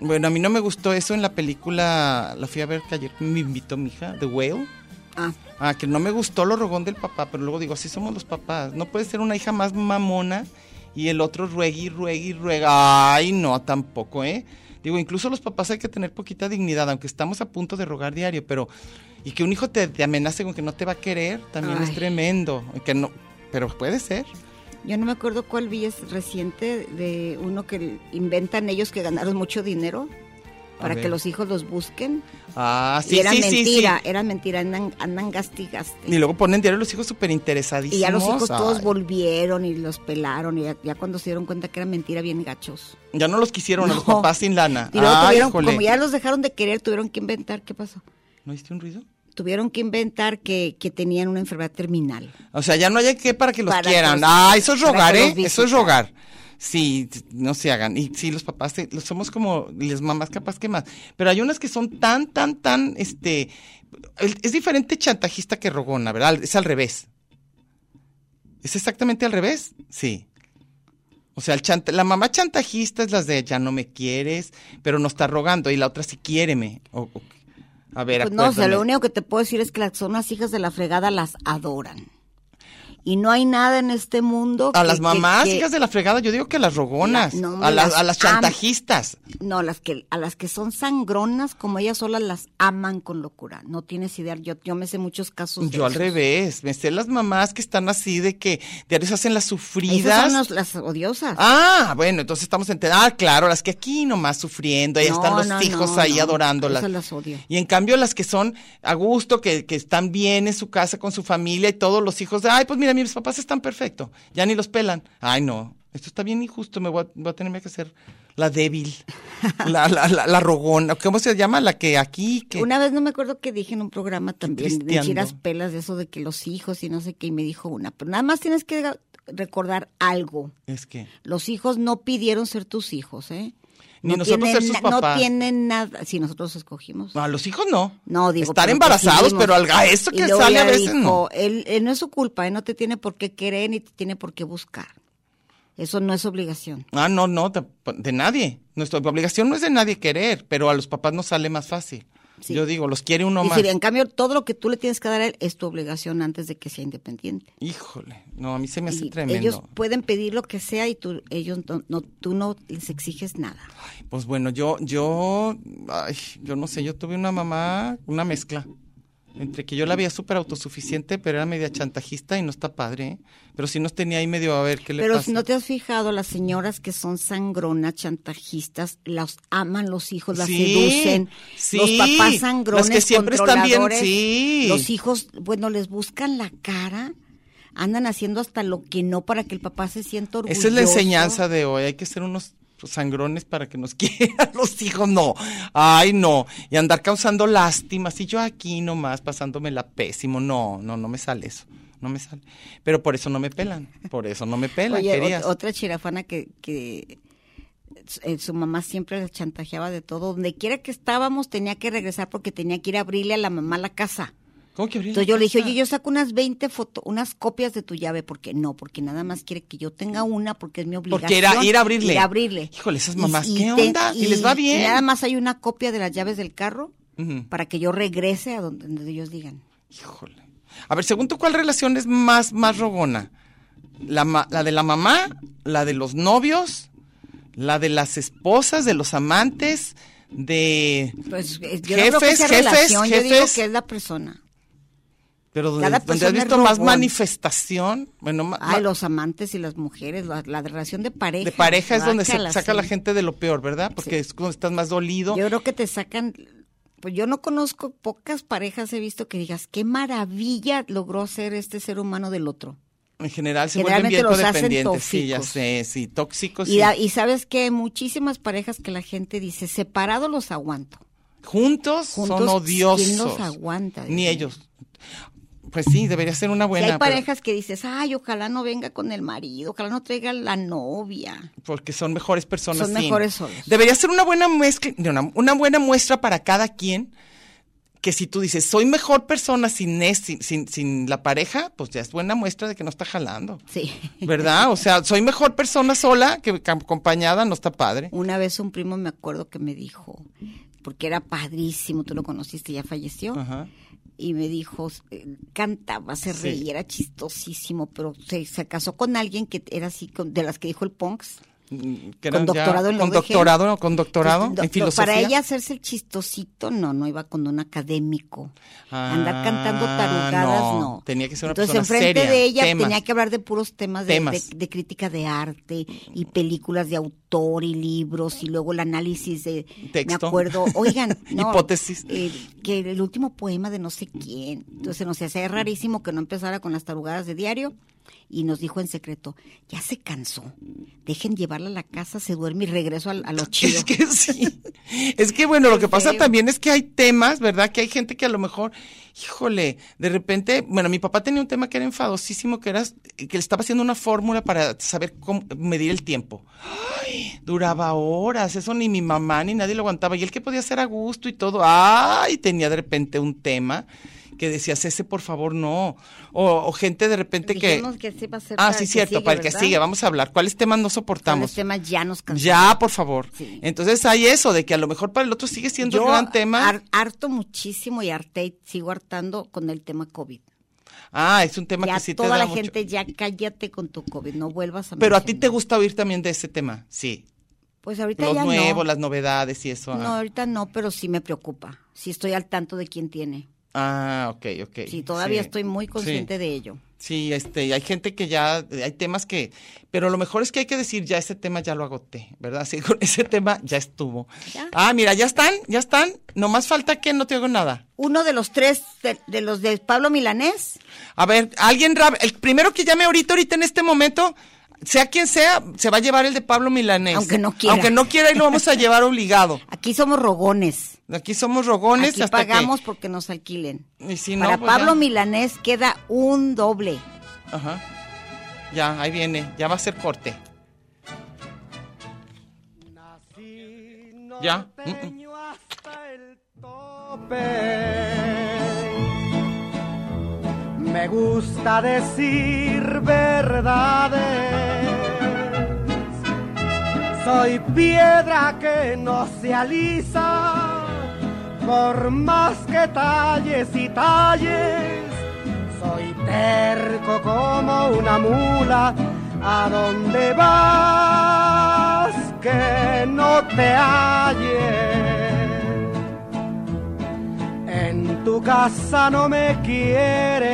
Speaker 5: Bueno, a mí no me gustó eso en la película, la fui a ver que ayer me invitó mi hija, The Whale.
Speaker 2: Ah,
Speaker 5: Ah, que no me gustó lo rogón del papá, pero luego digo, así somos los papás. No puede ser una hija más mamona y el otro ruegue y ruegue y ruega. Ay, no, tampoco, ¿eh? Digo, incluso los papás hay que tener poquita dignidad, aunque estamos a punto de rogar diario, pero. Y que un hijo te, te amenace con que no te va a querer, también es
Speaker 2: Ay.
Speaker 5: tremendo. Que no, pero puede ser.
Speaker 2: Yo no me acuerdo cuál vi es reciente de uno que inventan ellos que ganaron mucho dinero para
Speaker 5: ver.
Speaker 2: que los hijos los busquen.
Speaker 5: Ah, sí,
Speaker 2: y eran
Speaker 5: sí, sí, sí.
Speaker 2: mentira, eran mentira, andan, andan gastigaste.
Speaker 5: Y luego ponen diario los hijos súper interesadísimos.
Speaker 2: Y ya los hijos todos
Speaker 5: Ay,
Speaker 2: volvieron y los pelaron y ya, ya cuando se dieron cuenta que era mentira, bien gachos.
Speaker 5: Ya no los quisieron a los
Speaker 2: No.
Speaker 5: papás sin lana.
Speaker 2: Y luego
Speaker 5: Ay,
Speaker 2: tuvieron,
Speaker 5: jole.
Speaker 2: como ya los dejaron de querer, tuvieron que inventar, ¿qué pasó?
Speaker 5: ¿No hiciste un ruido?
Speaker 2: Tuvieron que inventar que, que tenían una enfermedad terminal.
Speaker 5: O sea, ya no hay que para que los
Speaker 2: Para que
Speaker 5: quieran.
Speaker 2: los-
Speaker 5: ah, eso es
Speaker 2: para
Speaker 5: rogar,
Speaker 2: que
Speaker 5: ¿eh?
Speaker 2: los
Speaker 5: Eso es
Speaker 2: visiten.
Speaker 5: rogar. Sí, t- no se hagan. Y sí, los papás, te- los somos como las mamás capaz que más. Pero hay unas que son tan, tan, tan, este... el- Es diferente chantajista que rogona, ¿verdad? Es al revés. ¿Es exactamente al revés? Sí. O sea, el chanta- la mamá chantajista es las de ya no me quieres, pero no está rogando. Y la otra sí quiéreme. O- o- a ver,
Speaker 2: Pues no, o sea,
Speaker 5: acuérdame.
Speaker 2: lo único que te puedo decir es que las son las hijas de la fregada las adoran. Y no hay nada en este mundo
Speaker 5: A
Speaker 2: que-
Speaker 5: las
Speaker 2: que-
Speaker 5: mamás,
Speaker 2: que-
Speaker 5: hijas de la fregada, yo digo que a las rogonas,
Speaker 2: La- no, hombre,
Speaker 5: a, las,
Speaker 2: las
Speaker 5: a las
Speaker 2: am-
Speaker 5: chantajistas.
Speaker 2: No, las que, a las que son sangronas, como ellas solas, las aman con locura. No tienes idea. Yo, yo me sé muchos casos. de
Speaker 5: Yo al
Speaker 2: esos.
Speaker 5: revés, me sé las mamás que están así de que diario se hacen las
Speaker 2: Esas
Speaker 5: sufridas.
Speaker 2: son los- las odiosas.
Speaker 5: Ah, bueno, entonces estamos enterados. Ah, claro, las que aquí nomás sufriendo, ahí
Speaker 2: No,
Speaker 5: están los
Speaker 2: no,
Speaker 5: hijos
Speaker 2: no,
Speaker 5: ahí
Speaker 2: no,
Speaker 5: adorándolas.
Speaker 2: esas las odio.
Speaker 5: Y en cambio las que son a gusto, que, que están bien en su casa con su familia y todos los hijos, ay, pues mira, mis papás están perfectos, ya ni los pelan. Ay, no, esto está bien injusto, me voy a, voy a tener que hacer la débil, la, la, la, la rogona, ¿cómo se llama? La que aquí, que...
Speaker 2: Una vez no me acuerdo que dije en un programa también de
Speaker 5: tristeando.
Speaker 2: chiras pelas de eso de que los hijos y no sé qué, y me dijo una. Pero nada más tienes que recordar algo.
Speaker 5: Es que...
Speaker 2: Los hijos no pidieron ser tus hijos, ¿eh?
Speaker 5: Ni nosotros ser sus
Speaker 2: na- No
Speaker 5: papás.
Speaker 2: tienen nada. Si nosotros escogimos.
Speaker 5: A los hijos no.
Speaker 2: No, digo.
Speaker 5: Estar
Speaker 2: pero
Speaker 5: embarazados,
Speaker 2: decidimos.
Speaker 5: pero al- a eso
Speaker 2: Y
Speaker 5: que
Speaker 2: luego
Speaker 5: sale a
Speaker 2: ella
Speaker 5: veces no.
Speaker 2: dijo, Él, él no es su culpa, él no te tiene por qué querer ni te tiene por qué buscar. Eso no es obligación.
Speaker 5: Ah, no, no, de, de nadie. Nuestra obligación no es de nadie querer, pero a los papás nos sale más fácil.
Speaker 2: Sí.
Speaker 5: Yo digo, los quiere uno
Speaker 2: y
Speaker 5: más.
Speaker 2: si, en cambio, todo lo que tú le tienes que dar a él es tu obligación antes de que sea independiente.
Speaker 5: Híjole, no, a mí se me hace
Speaker 2: Y
Speaker 5: tremendo.
Speaker 2: ellos pueden pedir lo que sea y tú, ellos no, no- tú no les exiges nada.
Speaker 5: Pues bueno, yo, yo, ay, yo no sé, yo tuve una mamá, una mezcla. Entre que yo la veía súper autosuficiente, pero era media chantajista y no está padre. ¿eh? Pero si nos tenía ahí medio a ver qué le
Speaker 2: Pero
Speaker 5: pasa.
Speaker 2: si no te has fijado, las señoras que son sangronas, chantajistas, las aman los hijos, las
Speaker 5: Sí,
Speaker 2: seducen.
Speaker 5: sí,
Speaker 2: los papás sangrones,
Speaker 5: las que siempre están bien,
Speaker 2: controladores,
Speaker 5: sí.
Speaker 2: Los hijos, bueno, les buscan la cara, andan haciendo hasta lo que no para que el papá se sienta orgulloso.
Speaker 5: Esa es la enseñanza de hoy. Hay que ser unos sangrones para que nos quieran los hijos. No, ay, no. Y andar causando lástimas. Y yo aquí nomás pasándome la pésimo. No, no, no me sale eso. No me sale. Pero por eso no me pelan. Por eso no me pelan.
Speaker 2: Oye,
Speaker 5: ¿eh? querías.
Speaker 2: ot- otra chirafana que, que su- eh, su mamá siempre les chantajeaba de todo. Donde quiera que estábamos tenía que regresar porque tenía que ir a abrirle a la mamá la casa.
Speaker 5: ¿Cómo que abrí la
Speaker 2: Entonces yo le dije,
Speaker 5: casa?
Speaker 2: oye, yo saco unas 20 fotos, unas copias de tu llave, porque no, porque nada más quiere que yo tenga una, porque es mi obligación.
Speaker 5: Porque era ir a abrirle.
Speaker 2: Ir a abrirle.
Speaker 5: Híjole, esas
Speaker 2: Y-
Speaker 5: mamás,
Speaker 2: y
Speaker 5: ¿qué
Speaker 2: te-
Speaker 5: onda? Y les va bien. Mm.
Speaker 2: y nada más hay una copia de las llaves del carro
Speaker 5: Ujú.
Speaker 2: para que yo regrese a donde, donde ellos digan.
Speaker 5: Híjole. A ver, según tú, ¿cuál relación es más, más rogona? ¿La, ma- la de la mamá? ¿La de los novios? ¿La de las esposas? ¿De los amantes? ¿De...?
Speaker 2: Pues eh, yo no creo que
Speaker 5: Jefes,
Speaker 2: sea
Speaker 5: jefes,
Speaker 2: relación, yo digo
Speaker 5: jefes.
Speaker 2: que es la persona.
Speaker 5: Pero donde,
Speaker 2: Cada
Speaker 5: donde has
Speaker 2: persona es
Speaker 5: visto más
Speaker 2: rogón.
Speaker 5: manifestación, bueno, ma- ma-
Speaker 2: Ay, los amantes y las mujeres, la, la relación de pareja.
Speaker 5: de pareja es donde se
Speaker 2: guácala,
Speaker 5: saca la
Speaker 2: sí.
Speaker 5: gente de lo peor, ¿verdad? Porque
Speaker 2: Sí.
Speaker 5: es cuando estás más dolido.
Speaker 2: Yo creo que te sacan, pues yo no conozco, pocas parejas he visto que digas, qué maravilla logró hacer este ser humano del otro.
Speaker 5: en general se vuelven
Speaker 2: Generalmente
Speaker 5: bien
Speaker 2: los hacen
Speaker 5: codependientes. Sí, ya
Speaker 2: tóxicos.
Speaker 5: sé, sí, tóxicos.
Speaker 2: Y,
Speaker 5: Pues sí.
Speaker 2: da- y sabes que hay muchísimas parejas que la gente dice, separados los aguanto.
Speaker 5: Juntos,
Speaker 2: Juntos,
Speaker 5: son odiosos.
Speaker 2: ¿quién los aguanta? Dios
Speaker 5: Ni
Speaker 2: mío?
Speaker 5: ellos. Pues sí, debería ser una
Speaker 2: Si
Speaker 5: buena.
Speaker 2: hay
Speaker 5: pero-
Speaker 2: parejas que dices, ay, ojalá no venga con el marido, ojalá no traiga la novia.
Speaker 5: porque son mejores personas.
Speaker 2: Son
Speaker 5: sí.
Speaker 2: mejores solos.
Speaker 5: Debería ser una buena mezcla, de una, una buena muestra para cada quien. Que si tú dices, soy mejor persona sin, es- sin, sin, sin la pareja, pues ya es buena muestra de que no está jalando.
Speaker 2: Sí.
Speaker 5: ¿Verdad? O sea, soy mejor persona sola que cam- acompañada, no está padre.
Speaker 2: Una vez un primo me acuerdo que me dijo, porque era padrísimo, tú lo conociste, ya falleció.
Speaker 5: Ajá.
Speaker 2: y me dijo, eh, cantaba, se
Speaker 5: Sí.
Speaker 2: reía, era chistosísimo, pero se, se casó con alguien que era así, con- de las que dijo el Ponks.
Speaker 5: Mm, que
Speaker 2: Con
Speaker 5: eran ya-
Speaker 2: doctorado en la
Speaker 5: Con
Speaker 2: UDG.
Speaker 5: doctorado, con doctorado
Speaker 2: Entonces, Pues,
Speaker 5: en
Speaker 2: do- do-
Speaker 5: filosofía.
Speaker 2: Para ella hacerse el chistosito, no, no iba con un académico.
Speaker 5: Ah,
Speaker 2: Andar cantando tarugadas,
Speaker 5: no.
Speaker 2: no.
Speaker 5: Tenía que ser una
Speaker 2: Entonces,
Speaker 5: persona
Speaker 2: enfrente
Speaker 5: seria,
Speaker 2: de ella
Speaker 5: temas.
Speaker 2: tenía que hablar de puros temas, de-
Speaker 5: Temas.
Speaker 2: De, de crítica de arte y películas de autor autor y libros y luego el análisis de
Speaker 5: Texto.
Speaker 2: me acuerdo oigan no,
Speaker 5: Hipótesis.
Speaker 2: eh, que el último poema de no sé quién entonces nos hacía rarísimo que no empezara con las tarugadas de diario y nos dijo en secreto ya se cansó dejen llevarla a la casa se duerme y regreso al- a, lo chido
Speaker 5: Es que sí. Es que bueno, lo que pasa
Speaker 2: feo.
Speaker 5: también es que hay temas, ¿verdad? Que hay gente que a lo mejor, híjole, de repente, bueno, mi papá tenía un tema que era enfadosísimo, que era que le estaba haciendo una fórmula para saber cómo medir el tiempo. Ay, duraba horas, eso ni mi mamá ni nadie lo aguantaba. Y él que podía hacer a gusto y todo. Ay, tenía de repente un tema que decías, ese por favor no. O, o gente de repente que...
Speaker 2: Dijimos que sí va a ser
Speaker 5: Ah,
Speaker 2: para
Speaker 5: sí,
Speaker 2: el que
Speaker 5: cierto,
Speaker 2: sigue,
Speaker 5: para el que
Speaker 2: ¿verdad?
Speaker 5: sigue, vamos a hablar. ¿Cuáles temas no soportamos?
Speaker 2: los temas ya nos cansaron
Speaker 5: Ya, por favor.
Speaker 2: Sí.
Speaker 5: Entonces hay eso, de que a lo mejor para el otro sigue siendo
Speaker 2: Yo
Speaker 5: un gran tema.
Speaker 2: har- harto muchísimo y harté, y sigo hartando con el tema COVID.
Speaker 5: ah, es un tema
Speaker 2: ya
Speaker 5: que sí te
Speaker 2: toda
Speaker 5: da
Speaker 2: la
Speaker 5: mucho.
Speaker 2: gente ya cállate con tu COVID, no vuelvas a
Speaker 5: Pero a ti te
Speaker 2: mencionar.
Speaker 5: gusta oír también de ese tema, sí.
Speaker 2: Pues ahorita
Speaker 5: Los
Speaker 2: ya
Speaker 5: nuevos,
Speaker 2: no.
Speaker 5: las novedades y eso. ah.
Speaker 2: No, ahorita no, pero sí me preocupa. Sí estoy al tanto de quién tiene.
Speaker 5: Ah, ok, ok.
Speaker 2: Sí, todavía
Speaker 5: sí.
Speaker 2: estoy muy
Speaker 5: Sí.
Speaker 2: consciente de ello.
Speaker 5: Sí, este, y hay gente que ya, eh, hay temas que, pero lo mejor es que hay que decir, ya ese tema ya lo agoté, ¿verdad? Sí, con ese tema ya estuvo.
Speaker 2: Ya.
Speaker 5: Ah, mira, ya están, ya están, nomás falta que no te hago nada.
Speaker 2: Uno de los tres, de, de los de Pablo Milanés,
Speaker 5: A ver, alguien, rap- el primero que llame ahorita, ahorita en este momento, sea quien sea, se va a llevar el de Pablo Milanés.
Speaker 2: Aunque no quiera.
Speaker 5: Aunque no quiera y lo vamos a llevar obligado.
Speaker 2: aquí somos rogones.
Speaker 5: Aquí somos rogones
Speaker 2: Aquí
Speaker 5: hasta que-
Speaker 2: pagamos porque nos alquilen.
Speaker 5: Y si no,
Speaker 2: Para
Speaker 5: pues
Speaker 2: Pablo
Speaker 5: ya.
Speaker 2: Milanés queda un doble.
Speaker 5: Ajá. Ya, ahí viene, ya va a ser corte. Ya. mm, mm.
Speaker 7: hasta el tope. Me gusta decir verdades. Soy piedra que no se alisa. Por más que talles y talles, soy terco como una mula. ¿A dónde vas que no te halles? En tu casa no me quieres,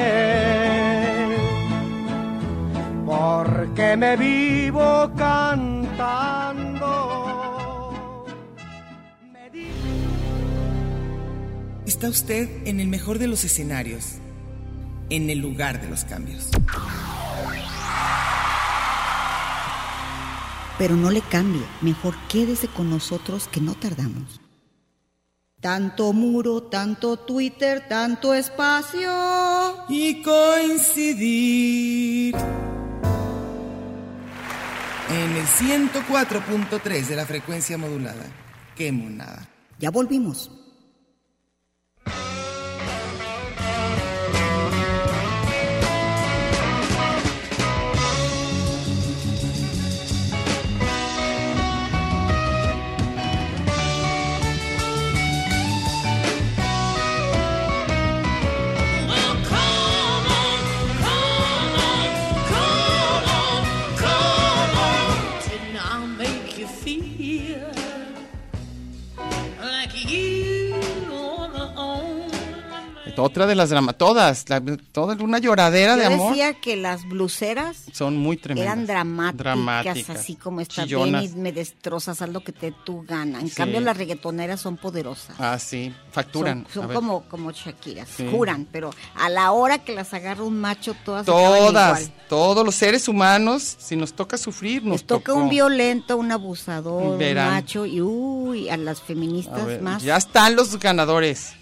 Speaker 7: porque me vivo cantando. Me di-
Speaker 3: Está usted en el mejor de los escenarios, en el lugar de los cambios.
Speaker 2: Pero no le cambie, mejor quédese con nosotros que no tardamos.
Speaker 8: Tanto muro, tanto Twitter, tanto espacio.
Speaker 3: Y coincidir en el 104.3 de la frecuencia modulada. ¡Qué monada!
Speaker 8: Ya volvimos.
Speaker 5: Otra de las dramas, todas, la- toda una lloradera
Speaker 2: Yo
Speaker 5: de amor.
Speaker 2: decía que las bluseras
Speaker 5: Son muy tremendas.
Speaker 2: eran dramáticas,
Speaker 5: Dramáticas,
Speaker 2: así como esta
Speaker 5: chillonas.
Speaker 2: Ven y me destrozas, haz lo que te tú gana. En
Speaker 5: Sí.
Speaker 2: cambio, las reggaetoneras son poderosas.
Speaker 5: Ah, sí, facturan.
Speaker 2: Son, son
Speaker 5: a ver.
Speaker 2: como, como Shakira,
Speaker 5: Sí.
Speaker 2: juran, pero a la hora que las agarra un macho, todas acaban
Speaker 5: Todas,
Speaker 2: igual.
Speaker 5: todos los seres humanos, si nos toca sufrir, nos
Speaker 2: Les toca un
Speaker 5: tocó.
Speaker 2: violento, un abusador,
Speaker 5: Verán.
Speaker 2: un macho, y uy, a las
Speaker 5: A
Speaker 2: feministas
Speaker 5: ver,
Speaker 2: más.
Speaker 5: Ya están los ganadores.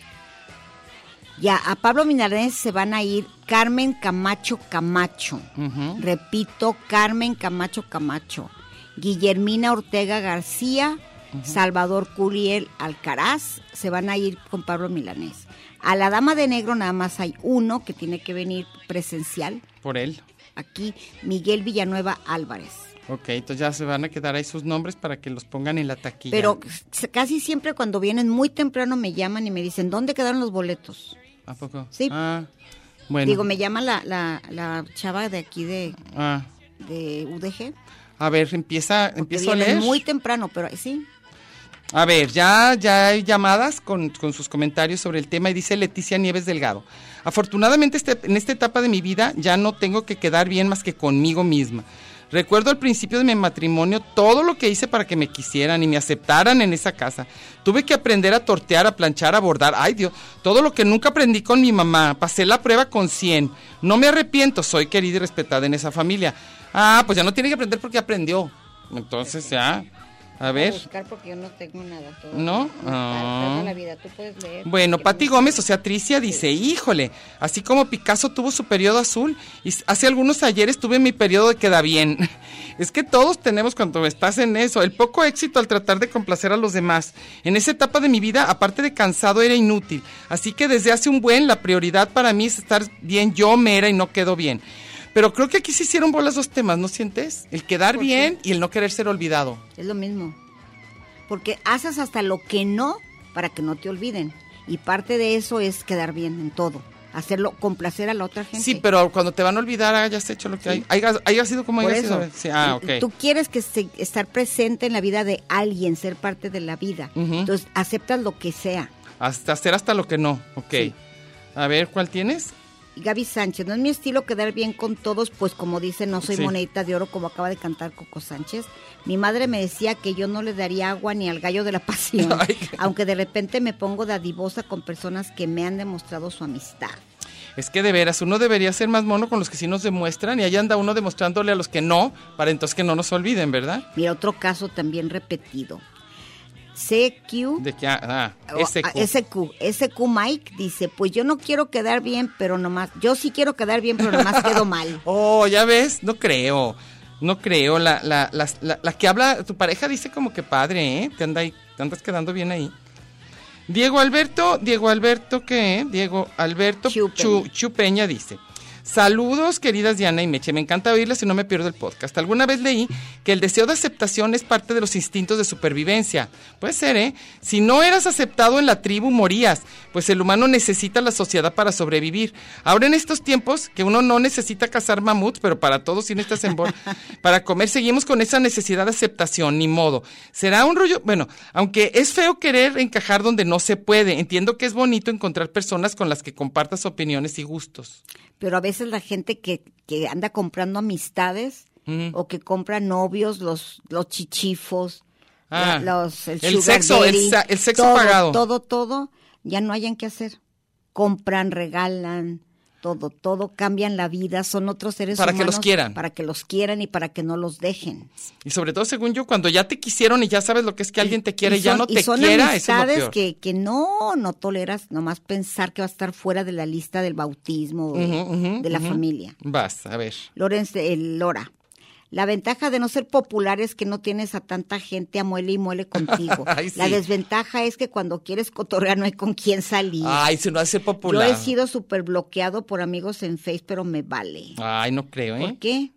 Speaker 2: Ya, a Pablo Milanés se van a ir Carmen Camacho Camacho.
Speaker 5: Ujú.
Speaker 2: Repito, Carmen Camacho Camacho. Guillermina Ortega García, Salvador Curiel Alcaraz, se van a ir con Pablo Milanés. A la Dama de Negro nada más hay uno que tiene que venir presencial
Speaker 5: Por él.
Speaker 2: aquí, Miguel Villanueva Álvarez.
Speaker 5: Ok, entonces ya se van a quedar ahí sus nombres para que los pongan en la taquilla.
Speaker 2: Pero c- casi siempre cuando vienen muy temprano me llaman y me dicen, ¿dónde quedaron los boletos?
Speaker 5: ¿A poco?
Speaker 2: Sí.
Speaker 5: Ah, bueno.
Speaker 2: Digo, me llama la, la, la chava de aquí de,
Speaker 5: Ah,
Speaker 2: de UDG.
Speaker 5: a ver, empieza,
Speaker 2: que
Speaker 5: empiezo a
Speaker 2: vienen
Speaker 5: leer.
Speaker 2: muy temprano, pero eh, sí,
Speaker 5: A ver, ya, ya hay llamadas con, con sus comentarios sobre el tema y dice Leticia Nieves Delgado. Afortunadamente este- en esta etapa de mi vida ya no tengo que quedar bien más que conmigo misma. Recuerdo al principio de mi matrimonio todo lo que hice para que me quisieran y me aceptaran en esa casa. Tuve que aprender a tortear, a planchar, a bordar. Ay Dios, todo lo que nunca aprendí con mi mamá. Pasé la prueba con 100. No me arrepiento, soy querida y respetada en esa familia. Ah, pues ya no tiene que aprender porque aprendió. Entonces ya, a ver.
Speaker 2: buscar porque yo no tengo nada. todo.
Speaker 5: ¿No?
Speaker 2: está,
Speaker 5: Ah.
Speaker 2: está en la vida, tú puedes leer.
Speaker 5: Bueno,
Speaker 2: Porque
Speaker 5: Patti
Speaker 2: no-
Speaker 5: Gómez, o sea, Tricia dice, híjole, así como Picasso tuvo su periodo azul, y s- hace algunos ayeres tuve mi periodo de queda bien. Es que todos tenemos cuando estás en eso, el poco éxito al tratar de complacer a los demás. En esa etapa de mi vida, aparte de cansado, era inútil. Así que desde hace un buen, la prioridad para mí es estar bien yo mera y no quedo bien. Pero creo que aquí se hicieron bolas dos temas, ¿no sientes? El quedar bien y el no querer ser olvidado.
Speaker 2: Es lo mismo. Porque haces hasta lo que no para que no te olviden. Y parte de eso es quedar bien en todo. Hacerlo, complacer a la otra gente.
Speaker 5: Sí, pero cuando te van a olvidar, hayas hecho lo que hay. Hayas, hayas sido como
Speaker 2: Por
Speaker 5: hayas
Speaker 2: eso.
Speaker 5: sido. Sí, ah, ok.
Speaker 2: Tú quieres que se- estar presente en la vida de alguien, ser parte de la vida.
Speaker 5: Ujú.
Speaker 2: Entonces, aceptas lo que sea.
Speaker 5: Hasta hacer hasta lo que no. Ok.
Speaker 2: Sí.
Speaker 5: A ver, ¿cuál tienes?
Speaker 2: Y Gaby Sánchez, no es mi estilo quedar bien con todos, pues como dice, no soy
Speaker 5: Sí.
Speaker 2: monedita de oro como acaba de cantar Coco Sánchez. Mi madre me decía que yo no le daría agua ni al gallo de la pasión,
Speaker 5: Ay.
Speaker 2: aunque de repente me pongo dadivosa con personas que me han demostrado su amistad.
Speaker 5: Es que de veras, uno debería ser más mono con los que sí nos demuestran y ahí anda uno demostrándole a los que no, para entonces que no nos olviden, ¿verdad?
Speaker 2: Mira, otro caso también repetido. CQ
Speaker 5: De que, ah, ah,
Speaker 2: O-
Speaker 5: ese
Speaker 2: a-
Speaker 5: cu-
Speaker 2: SQ, SQ Mike dice, pues yo no quiero quedar bien, pero nomás, yo sí quiero quedar bien, pero nomás quedo mal.
Speaker 5: Oh, ya ves, no creo. No creo. La, la, la, la- la que habla, tu pareja dice como que padre, ¿eh? Te, anda ahí- te andas quedando bien ahí. Diego Alberto, Diego Alberto, ¿qué? Diego Alberto
Speaker 2: Chu Peña.
Speaker 5: Chu- Chu Peña dice. Saludos, queridas Diana y Meche. Me encanta oírlas y no me pierdo el podcast. Alguna vez leí que el deseo de aceptación es parte de los instintos de supervivencia. Puede ser, ¿eh? Si no eras aceptado en la tribu, morías, pues el humano necesita la sociedad para sobrevivir. Ahora en estos tiempos, que uno no necesita cazar mamuts, pero para todos sin estas embol para comer, seguimos con esa necesidad de aceptación, ni modo. Será un rollo, bueno, aunque es feo querer encajar donde no se puede, entiendo que es bonito encontrar personas con las que compartas opiniones y gustos.
Speaker 2: Pero a veces la gente que, que anda comprando amistades o que compra novios, los, los chichifos,
Speaker 5: Ah,
Speaker 2: la- los, el,
Speaker 5: el
Speaker 2: sugar
Speaker 5: sexo, el
Speaker 2: daddy,
Speaker 5: sa- el sexo
Speaker 2: todo,
Speaker 5: pagado.
Speaker 2: Todo, todo, ya no hayan que hacer. Compran, regalan, todo, todo, cambian la vida, son otros seres
Speaker 5: Para que
Speaker 2: humanos.
Speaker 5: los quieran.
Speaker 2: Para que los quieran y para que no los dejen.
Speaker 5: Y sobre todo, según yo, cuando ya te quisieron y ya sabes lo que es que alguien te quiere y, ya
Speaker 2: son-
Speaker 5: no te
Speaker 2: y son
Speaker 5: quiera, eso es lo
Speaker 2: amistades
Speaker 5: peor.
Speaker 2: que, que no, no toleras nomás pensar que va a estar fuera de la lista del bautismo o de,
Speaker 5: Ujú, ujú,
Speaker 2: de la
Speaker 5: ujú.
Speaker 2: familia.
Speaker 5: Vas, a ver.
Speaker 2: Lorenz, el Lora. La ventaja de no ser popular es que no tienes a tanta gente a muele y muele contigo.
Speaker 5: Ay, sí.
Speaker 2: La desventaja es que cuando quieres cotorrear no hay con quién salir.
Speaker 5: Ay, se no hace
Speaker 2: Yo
Speaker 5: popular.
Speaker 2: he sido súper bloqueado por amigos en Face, pero me vale.
Speaker 5: Ay, no creo, ¿eh?
Speaker 2: ¿Por qué?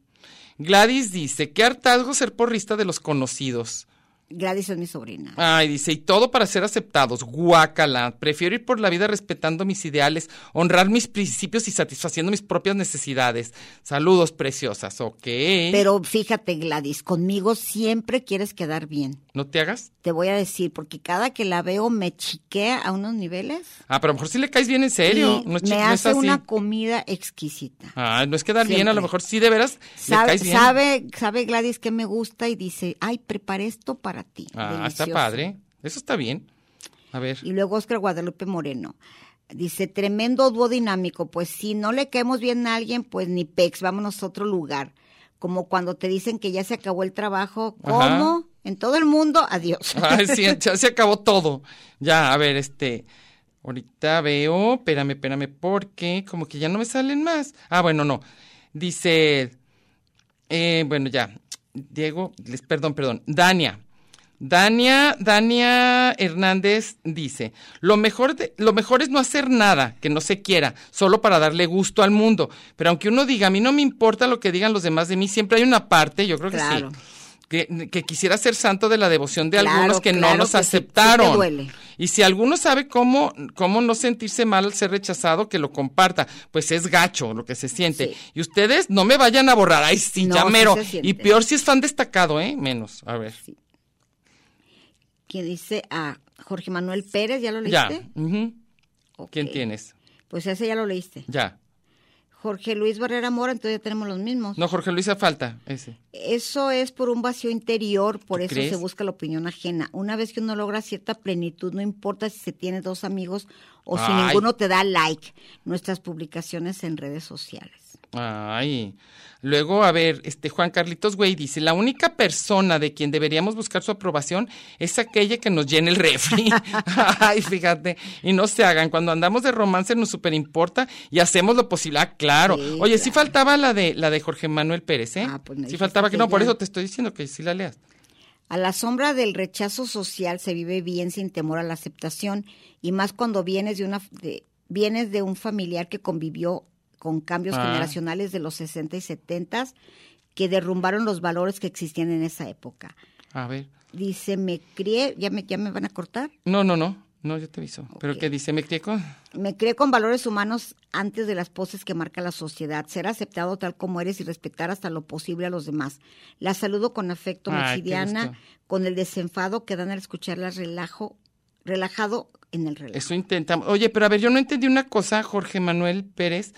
Speaker 5: Gladys dice, qué hartazgo ser porrista de los conocidos.
Speaker 2: Gladys es mi sobrina.
Speaker 5: Ay, dice, y todo para ser aceptados. Guácala. Prefiero ir por la vida respetando mis ideales, honrar mis principios y satisfaciendo mis propias necesidades. Saludos, preciosas. Ok.
Speaker 2: Pero fíjate, Gladys, conmigo siempre quieres quedar bien.
Speaker 5: ¿No te hagas?
Speaker 2: Te voy a decir, porque cada que la veo me chiquea a unos niveles.
Speaker 5: Ah, pero a lo mejor sí le caes bien en serio.
Speaker 2: y
Speaker 5: No es chi-
Speaker 2: me
Speaker 5: no es
Speaker 2: hace
Speaker 5: así.
Speaker 2: una comida exquisita.
Speaker 5: Ay, Ah, no es quedar bien, a
Speaker 2: Siempre.
Speaker 5: lo mejor sí de veras le
Speaker 2: Sabe,
Speaker 5: caes bien.
Speaker 2: sabe, sabe Gladys que me gusta y dice, ay, preparé esto para ti.
Speaker 5: Ah, está
Speaker 2: Delicioso.
Speaker 5: padre. Eso está bien. A ver.
Speaker 2: Y luego Oscar Guadalupe Moreno. Dice, tremendo dúo dinámico. Pues si no le caemos bien a alguien, pues ni pex, vámonos a otro lugar. Como cuando te dicen que ya se acabó el trabajo. ¿Cómo?
Speaker 5: Ajá.
Speaker 2: En todo el mundo, adiós.
Speaker 5: Ay, sí, ya se acabó todo. Ya, a ver, este. Ahorita veo. Espérame, espérame, porque como que ya no me salen más. Ah, bueno, no. Dice. eh, bueno, ya. Diego, les, perdón, perdón. Dania. Dania, Dania Hernández dice, lo mejor, de- lo mejor es no hacer nada que no se quiera, solo para darle gusto al mundo. Pero aunque uno diga, a mí no me importa lo que digan los demás de mí, siempre hay una parte, yo creo que
Speaker 2: Claro.
Speaker 5: sí, que, que quisiera ser santo de la devoción de
Speaker 2: Claro,
Speaker 5: algunos que
Speaker 2: claro
Speaker 5: no nos
Speaker 2: que sí, sí te
Speaker 5: aceptaron.
Speaker 2: duele.
Speaker 5: Y si alguno sabe cómo, cómo no sentirse mal al ser rechazado, que lo comparta. Pues es gacho lo que se siente.
Speaker 2: Sí.
Speaker 5: Y ustedes no me vayan a borrar. Ay, sí,
Speaker 2: No,
Speaker 5: ya
Speaker 2: sí
Speaker 5: mero.
Speaker 2: se siente.
Speaker 5: y peor si es fan destacado, ¿eh? Menos. A ver.
Speaker 2: Que dice a Jorge Manuel Pérez, ¿ya lo
Speaker 5: Ya.
Speaker 2: leíste?
Speaker 5: ujú.
Speaker 2: Ok.
Speaker 5: ¿Quién tienes?
Speaker 2: Pues ese ya lo leíste.
Speaker 5: Ya.
Speaker 2: Jorge Luis Barrera Mora, entonces ya tenemos los mismos.
Speaker 5: No, Jorge Luis, hace falta ese.
Speaker 2: Eso es por un vacío interior, por
Speaker 5: ¿Tú
Speaker 2: eso
Speaker 5: crees?
Speaker 2: se busca la opinión ajena. Una vez que uno logra cierta plenitud, no importa si se tiene dos amigos o si
Speaker 5: Ay.
Speaker 2: ninguno te da like, nuestras publicaciones en redes sociales.
Speaker 5: Ay. Luego, a ver, este Juan Carlitos Güey dice, la única persona de quien deberíamos buscar su aprobación es aquella que nos llena el refri. Ay, fíjate. Y no se hagan, cuando andamos de romance nos superimporta y hacemos lo posible. Ah, claro.
Speaker 2: Sí,
Speaker 5: Oye, sí
Speaker 2: claro.
Speaker 5: faltaba la de la de Jorge Manuel Pérez, ¿eh?
Speaker 2: Ah, pues me
Speaker 5: sí
Speaker 2: dijiste
Speaker 5: faltaba que no,
Speaker 2: que
Speaker 5: por
Speaker 2: ya-
Speaker 5: eso te estoy diciendo que sí la leas.
Speaker 2: A la sombra del rechazo social se vive bien sin temor a la aceptación y más cuando vienes de una de- vienes de un familiar que convivió con cambios
Speaker 5: Ah.
Speaker 2: generacionales de los 60 y 70 que derrumbaron los valores que existían en esa época.
Speaker 5: A ver.
Speaker 2: Dice, me crié, ya me, ya me van a cortar.
Speaker 5: No, no, no. No, yo te aviso. Pero
Speaker 2: Ok.
Speaker 5: que dice, me crié con-
Speaker 2: Me crié con valores humanos antes de las poses que marca la sociedad. Ser aceptado tal como eres y respetar hasta lo posible a los demás. La saludo con afecto
Speaker 5: Ay, qué gusto.
Speaker 2: mexidiana, con el desenfado que dan al escucharla relajo, relajado en el relajo.
Speaker 5: Eso intentamos. Oye, pero a ver, yo no entendí una cosa, Jorge Manuel Pérez.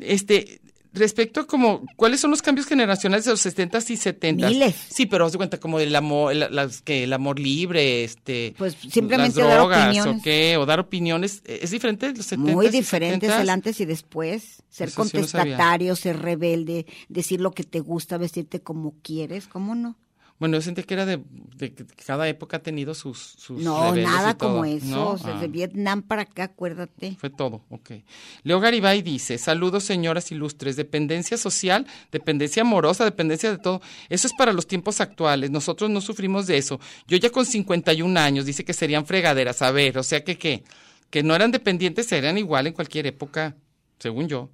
Speaker 5: Este, respecto a como, ¿cuáles son los cambios generacionales de los 70 y 70?
Speaker 2: Miles.
Speaker 5: Sí, pero haz de cuenta como del amor, la- las que el amor libre, este.
Speaker 2: Pues, simplemente
Speaker 5: las
Speaker 2: dar
Speaker 5: drogas,
Speaker 2: opiniones.
Speaker 5: o qué, o dar opiniones. Eh, Es diferente de los 70
Speaker 2: Muy diferentes el antes y después. Ser
Speaker 5: Eso sí no sabía.
Speaker 2: contestatario, ser rebelde, decir lo que te gusta, vestirte como quieres, ¿cómo no?
Speaker 5: Bueno, yo sentí que era de, de que cada época ha tenido sus. sus
Speaker 2: No,
Speaker 5: rebeldes y
Speaker 2: nada
Speaker 5: todo,
Speaker 2: como eso.
Speaker 5: ¿no?
Speaker 2: O sea,
Speaker 5: Ah.
Speaker 2: De Vietnam para acá, acuérdate.
Speaker 5: Fue todo, ok. Leo Garibay dice, saludos señoras ilustres, dependencia social, dependencia amorosa, dependencia de todo. Eso es para los tiempos actuales, nosotros no sufrimos de eso. Yo ya con 51 años, dice que serían fregaderas, a ver, o sea que qué, que no eran dependientes, serían igual en cualquier época, según yo.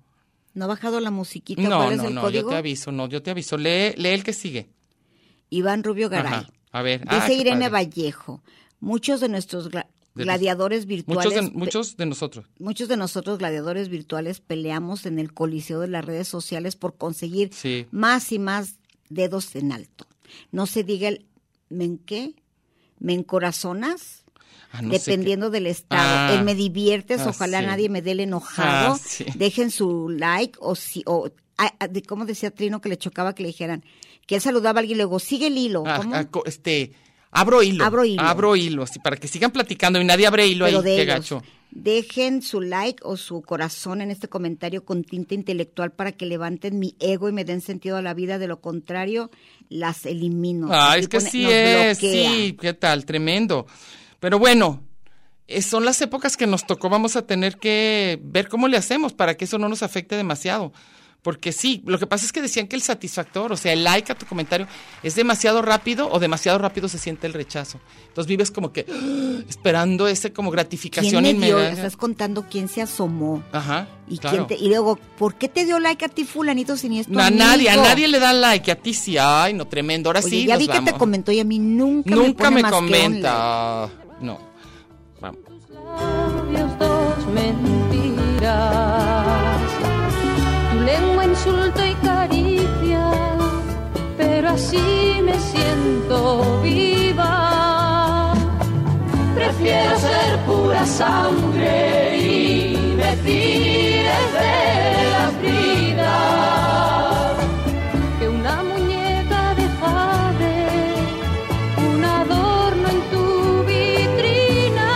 Speaker 2: ¿No ha bajado la musiquita?
Speaker 5: No,
Speaker 2: ¿Cuál es
Speaker 5: no,
Speaker 2: el
Speaker 5: no, yo
Speaker 2: código?
Speaker 5: te aviso, no, yo te aviso. Lee, lee el que sigue.
Speaker 2: Iván Rubio Garay.
Speaker 5: Ajá, a ver.
Speaker 2: Dice
Speaker 5: ah, qué
Speaker 2: Irene
Speaker 5: padre.
Speaker 2: Vallejo, muchos de nuestros gla-
Speaker 5: De los-
Speaker 2: gladiadores virtuales,
Speaker 5: Muchos de,
Speaker 2: pe-
Speaker 5: muchos de nosotros.
Speaker 2: muchos de nosotros gladiadores virtuales peleamos en el coliseo de las redes sociales por conseguir
Speaker 5: Sí.
Speaker 2: más y más dedos en alto. No se diga el ¿me en qué? ¿Me encorazonas?
Speaker 5: Ah, no sé qué-
Speaker 2: Dependiendo del estado.
Speaker 5: Ah.
Speaker 2: el me diviertes,
Speaker 5: Ah,
Speaker 2: ojalá
Speaker 5: sí.
Speaker 2: nadie me dé el enojado.
Speaker 5: Ah, sí.
Speaker 2: Dejen su like o si o ah, ah, de- ¿cómo decía Trino que le chocaba que le dijeran? Que él saludaba a alguien y luego sigue el hilo.
Speaker 5: Ah,
Speaker 2: ¿Cómo?
Speaker 5: ah, co- este, abro hilo.
Speaker 2: Abro hilo.
Speaker 5: Abro hilo, así, para que sigan platicando y nadie abre hilo
Speaker 2: Pero
Speaker 5: ahí.
Speaker 2: de
Speaker 5: qué
Speaker 2: ellos,
Speaker 5: gacho.
Speaker 2: Dejen su like o su corazón en este comentario con tinta intelectual para que levanten mi ego y me den sentido a la vida. De lo contrario, las elimino.
Speaker 5: Ah,
Speaker 2: Aquí
Speaker 5: es que
Speaker 2: pues pone,
Speaker 5: sí
Speaker 2: "Nos
Speaker 5: es,
Speaker 2: bloquea".
Speaker 5: sí, qué tal, tremendo. Pero bueno, eh, son las épocas que nos tocó, vamos a tener que ver cómo le hacemos para que eso no nos afecte demasiado. Porque sí, lo que pasa es que decían que el satisfactor, o sea, el like a tu comentario, es demasiado rápido o demasiado rápido se siente el rechazo. Entonces vives como que ah, esperando ese como
Speaker 2: ¿Quién
Speaker 5: gratificación
Speaker 2: me dio?
Speaker 5: inmediata.
Speaker 2: Estás contando quién se asomó.
Speaker 5: Ajá.
Speaker 2: Y,
Speaker 5: ¿eh? claro.
Speaker 2: quién te- y luego, ¿por qué te dio like a ti fulanito sin esto?
Speaker 5: No, a nadie, a nadie le da like, a ti sí, ay, no, tremendo, ahora sí.
Speaker 2: ya
Speaker 5: nos
Speaker 2: vi que te
Speaker 5: vamos.
Speaker 2: comentó y a mí nunca,
Speaker 5: Nunca
Speaker 2: me, pone
Speaker 5: me,
Speaker 2: más que un like.
Speaker 5: comenta. No. Vamos.
Speaker 4: labios dos mentiras. Tu lengua insulto y caricia, pero así me siento viva. Prefiero ser pura sangre y me tires de las bridas que una muñeca de jade un adorno en tu vitrina.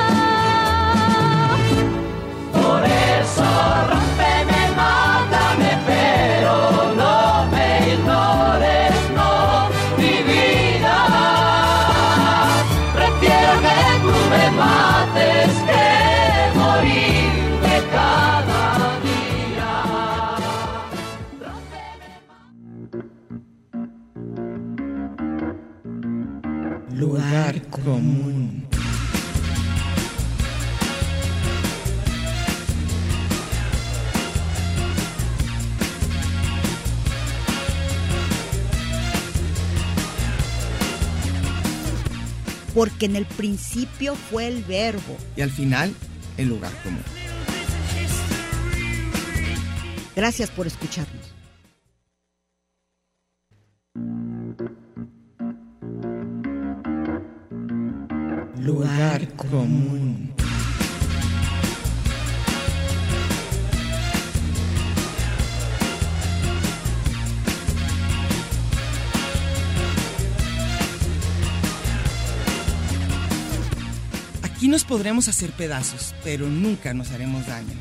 Speaker 4: Por eso rompeme, mátame, pero no me ignores, no, mi vida. Prefiero que tú me mates que morir de cada día.
Speaker 3: Lugar común.
Speaker 2: Porque en el principio fue el verbo.
Speaker 3: Y al final, el lugar común.
Speaker 2: Gracias por escucharnos.
Speaker 3: Lugar común. nos podremos hacer pedazos, pero nunca nos haremos daño.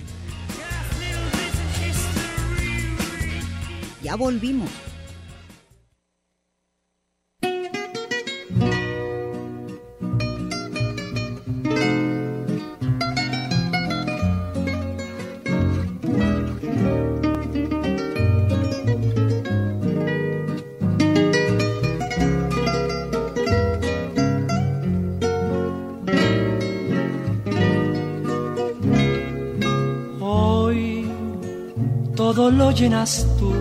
Speaker 2: Ya volvimos.
Speaker 9: Hoy todo lo llenas tú,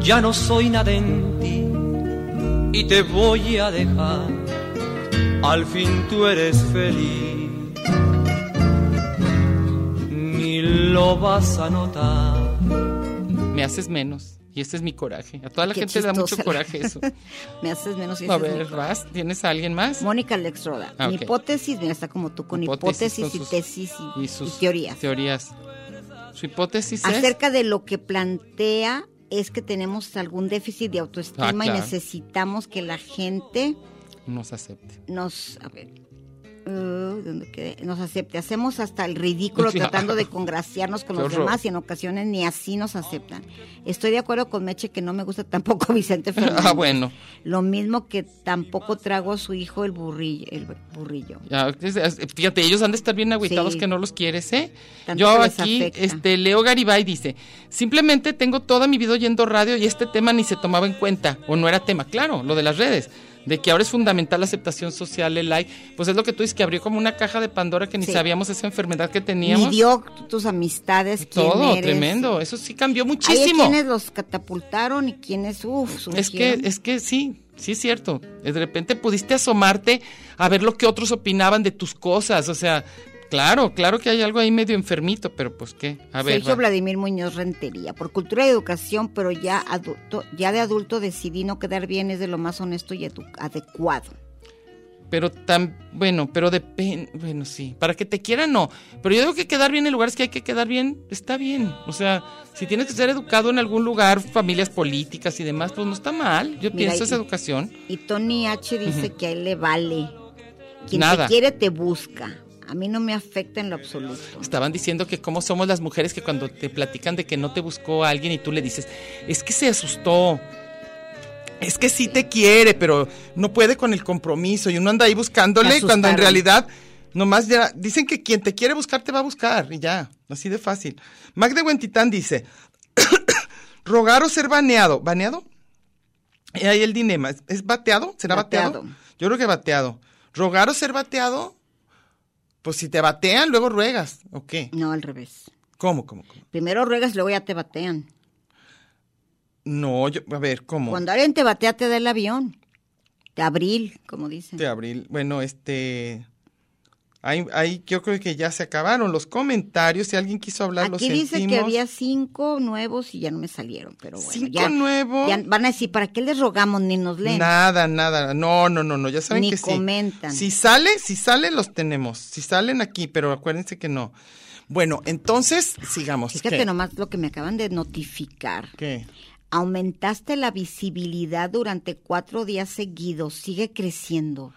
Speaker 9: ya no soy nada en ti y te voy a dejar. Al fin tú eres feliz, ni lo vas a notar.
Speaker 5: Me haces menos. Y este es mi coraje. A toda la
Speaker 2: Qué
Speaker 5: gente le da mucho
Speaker 2: chistosa.
Speaker 5: coraje eso.
Speaker 2: Me haces menos. y
Speaker 5: A
Speaker 2: ese es mi
Speaker 5: ver, Raz, ¿tienes a alguien más?
Speaker 2: Mónica Lexroda.
Speaker 5: Ah,
Speaker 2: Mi
Speaker 5: ok.
Speaker 2: hipótesis, mira, está como tú, con hipótesis,
Speaker 5: Hipótesis, con
Speaker 2: y
Speaker 5: sus-
Speaker 2: tesis y,
Speaker 5: y sus
Speaker 2: y teorías.
Speaker 5: Teorías. Su hipótesis es.
Speaker 2: Acerca de lo que plantea es que tenemos algún déficit de autoestima
Speaker 5: Ah, claro.
Speaker 2: y necesitamos que la gente
Speaker 5: Nos acepte.
Speaker 2: nos... A ver, uh, ¿dónde quedé? Nos acepte. Hacemos hasta el ridículo
Speaker 5: Claro.
Speaker 2: tratando de congraciarnos con
Speaker 5: Qué
Speaker 2: los
Speaker 5: horror.
Speaker 2: demás y en ocasiones ni así nos aceptan. Estoy de acuerdo con Meche que no me gusta tampoco Vicente Fernández.
Speaker 5: Ah, bueno.
Speaker 2: Lo mismo que tampoco trago a su hijo el burrillo. El burrillo.
Speaker 5: Ya, es- es- fíjate, ellos han de estar bien agüitados
Speaker 2: Sí.
Speaker 5: que no los quieres, ¿eh?
Speaker 2: Tanto
Speaker 5: Yo
Speaker 2: que les
Speaker 5: aquí,
Speaker 2: afecta.
Speaker 5: este, Leo Garibay dice, simplemente tengo toda mi vida oyendo radio y este tema ni se tomaba en cuenta, o no era tema, claro, lo de las redes, de que ahora es fundamental la aceptación social, el like, pues es lo que tú dices, que abrió como una caja de Pandora que ni
Speaker 2: Sí.
Speaker 5: sabíamos esa enfermedad que teníamos.
Speaker 2: Midió tus amistades. quién
Speaker 5: Todo,
Speaker 2: eres.
Speaker 5: tremendo, eso sí cambió
Speaker 2: Hay
Speaker 5: muchísimo.
Speaker 2: quienes los catapultaron y quienes, uff,
Speaker 5: Es que, es que sí, sí es cierto. De repente pudiste asomarte a ver lo que otros opinaban de tus cosas. O sea, claro, claro que hay algo ahí medio enfermito, pero pues qué. A ver.
Speaker 2: Sergio
Speaker 5: Ra-
Speaker 2: Vladimir Muñoz Rentería, por cultura y educación, pero ya adulto, ya de adulto decidí no quedar bien, es de lo más honesto y edu- adecuado.
Speaker 5: Pero tan, bueno, pero depende, bueno, sí, para que te quieran no, pero yo digo que quedar bien en lugares que hay que quedar bien, está bien, o sea, si tienes que ser educado en algún lugar, familias políticas y demás, pues no está mal, yo
Speaker 2: Mira,
Speaker 5: pienso
Speaker 2: y-
Speaker 5: esa educación,
Speaker 2: Y Tony H dice que a él le vale. Quien
Speaker 5: Nada.
Speaker 2: te quiere te busca. A mí no me afecta en lo absoluto.
Speaker 5: Estaban diciendo que cómo somos las mujeres que cuando te platican de que no te buscó alguien y tú le dices, es que se asustó, es que sí te quiere, pero no puede con el compromiso y uno anda ahí
Speaker 2: Me
Speaker 5: buscándole
Speaker 2: asustaron.
Speaker 5: cuando en realidad nomás ya dicen que quien te quiere buscar te va a buscar y ya, así de fácil. Mac de Huentitán dice, rogar o ser baneado, ¿baneado? Y ahí el dilema, ¿es- ¿es bateado? ¿Será bateado?
Speaker 2: Bateado.
Speaker 5: Yo creo que bateado. Rogar o ser bateado, pues si te batean, luego ruegas, ¿o qué?
Speaker 2: No, al revés.
Speaker 5: ¿Cómo, cómo, cómo?
Speaker 2: Primero ruegas, luego ya te batean.
Speaker 5: No, yo, a ver, ¿cómo?
Speaker 2: Cuando alguien te batea, te da el avión. De abril, como dicen.
Speaker 5: De abril, bueno, este... Ahí, ahí yo creo que ya se acabaron los comentarios, si alguien quiso hablar, los
Speaker 2: Aquí dice que
Speaker 5: sentimos.
Speaker 2: había cinco nuevos y ya no me salieron, pero bueno.
Speaker 5: Cinco
Speaker 2: ya,
Speaker 5: nuevos.
Speaker 2: ya van a decir, ¿para qué les rogamos? Ni nos leen.
Speaker 5: Nada, nada, no, no, no, no, ya saben
Speaker 2: Ni
Speaker 5: que sí.
Speaker 2: comentan.
Speaker 5: Si sale, si sale los tenemos, si salen aquí, pero acuérdense que no. Bueno, entonces sigamos.
Speaker 2: Fíjate
Speaker 5: ¿Qué?
Speaker 2: nomás lo que me acaban de notificar.
Speaker 5: ¿Qué?
Speaker 2: Aumentaste la visibilidad durante cuatro días seguidos. Sigue creciendo.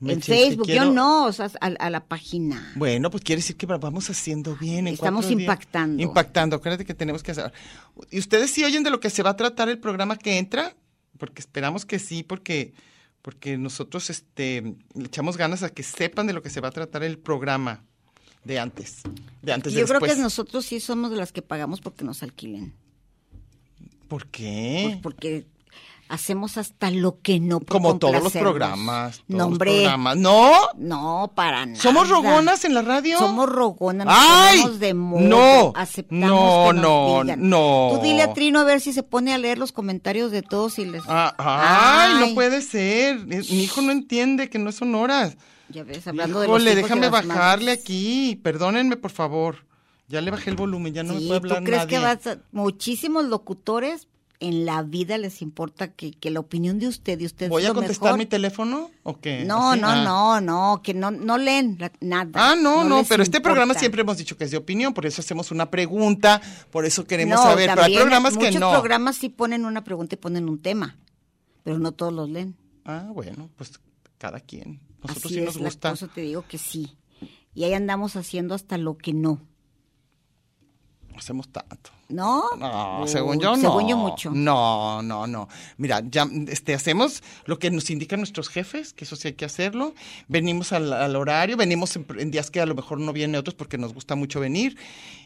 Speaker 2: en
Speaker 5: Meche, es que
Speaker 2: Facebook,
Speaker 5: quiero-
Speaker 2: yo no, o sea, a, a la página.
Speaker 5: Bueno, pues quiere decir que va- vamos haciendo bien. en
Speaker 2: Estamos
Speaker 5: cuatro días.
Speaker 2: impactando.
Speaker 5: Impactando, acuérdate que tenemos que hacer. ¿Y ustedes sí oyen de lo que se va a tratar el programa que entra? Porque esperamos que sí, porque, porque nosotros este, le echamos ganas a que sepan de lo que se va a tratar el programa de antes. De antes
Speaker 2: Y
Speaker 5: de
Speaker 2: yo creo que
Speaker 5: después.
Speaker 2: nosotros sí somos de las que pagamos porque nos alquilen.
Speaker 5: ¿Por
Speaker 2: Pues
Speaker 5: qué?
Speaker 2: porque hacemos hasta lo que no por
Speaker 5: Como todos los
Speaker 2: complacernos.
Speaker 5: programas. todos
Speaker 2: no,
Speaker 5: los
Speaker 2: hombre,
Speaker 5: programas. No,
Speaker 2: no, para nada.
Speaker 5: somos rogonas en la radio.
Speaker 2: Somos rogonas, nos
Speaker 5: ¡Ay!
Speaker 2: ponemos de moda,
Speaker 5: No,
Speaker 2: aceptamos
Speaker 5: no,
Speaker 2: que nos
Speaker 5: no,
Speaker 2: digan.
Speaker 5: no.
Speaker 2: Tú dile a Trino a ver si se pone a leer los comentarios de todos y les...
Speaker 5: Ah, ay,
Speaker 2: Ay.
Speaker 5: no puede ser. Es- Mi hijo no entiende que no son horas.
Speaker 2: Ya ves, hablando de los
Speaker 5: Híjole,
Speaker 2: hijos y
Speaker 5: déjame
Speaker 2: las
Speaker 5: bajarle
Speaker 2: madres.
Speaker 5: aquí. Perdónenme, por favor. Ya le bajé el volumen, ya no me
Speaker 2: Sí,
Speaker 5: puede hablar
Speaker 2: ¿Tú crees
Speaker 5: nadie.
Speaker 2: que vas a- muchísimos locutores en la vida les importa que, que la opinión de usted y usted
Speaker 5: ¿Voy
Speaker 2: es
Speaker 5: a
Speaker 2: lo
Speaker 5: contestar
Speaker 2: mejor?
Speaker 5: mi teléfono o qué?
Speaker 2: No,
Speaker 5: ¿Así?
Speaker 2: no,
Speaker 5: Ah.
Speaker 2: no, no, que no, no leen la- nada.
Speaker 5: Ah, no, no,
Speaker 2: les
Speaker 5: pero este programa
Speaker 2: importa.
Speaker 5: siempre hemos dicho que es de opinión, por eso hacemos una pregunta, por eso queremos
Speaker 2: No,
Speaker 5: saber, pero hay
Speaker 2: también
Speaker 5: programas que
Speaker 2: muchos
Speaker 5: no.
Speaker 2: programas sí ponen una pregunta y ponen un tema, pero no todos los leen.
Speaker 5: Ah, bueno, pues cada quien. Nosotros
Speaker 2: Así
Speaker 5: sí nos
Speaker 2: es
Speaker 5: gusta.
Speaker 2: la cosa, te digo que sí. Y ahí andamos haciendo hasta lo que no.
Speaker 5: No hacemos tanto.
Speaker 2: ¿No?
Speaker 5: No,
Speaker 2: Uy,
Speaker 5: según yo no.
Speaker 2: Según yo mucho.
Speaker 5: No, no, no. Mira, ya este, hacemos lo que nos indican nuestros jefes, que eso sí hay que hacerlo. Venimos al, al horario, venimos en, en días que a lo mejor no vienen otros porque nos gusta mucho venir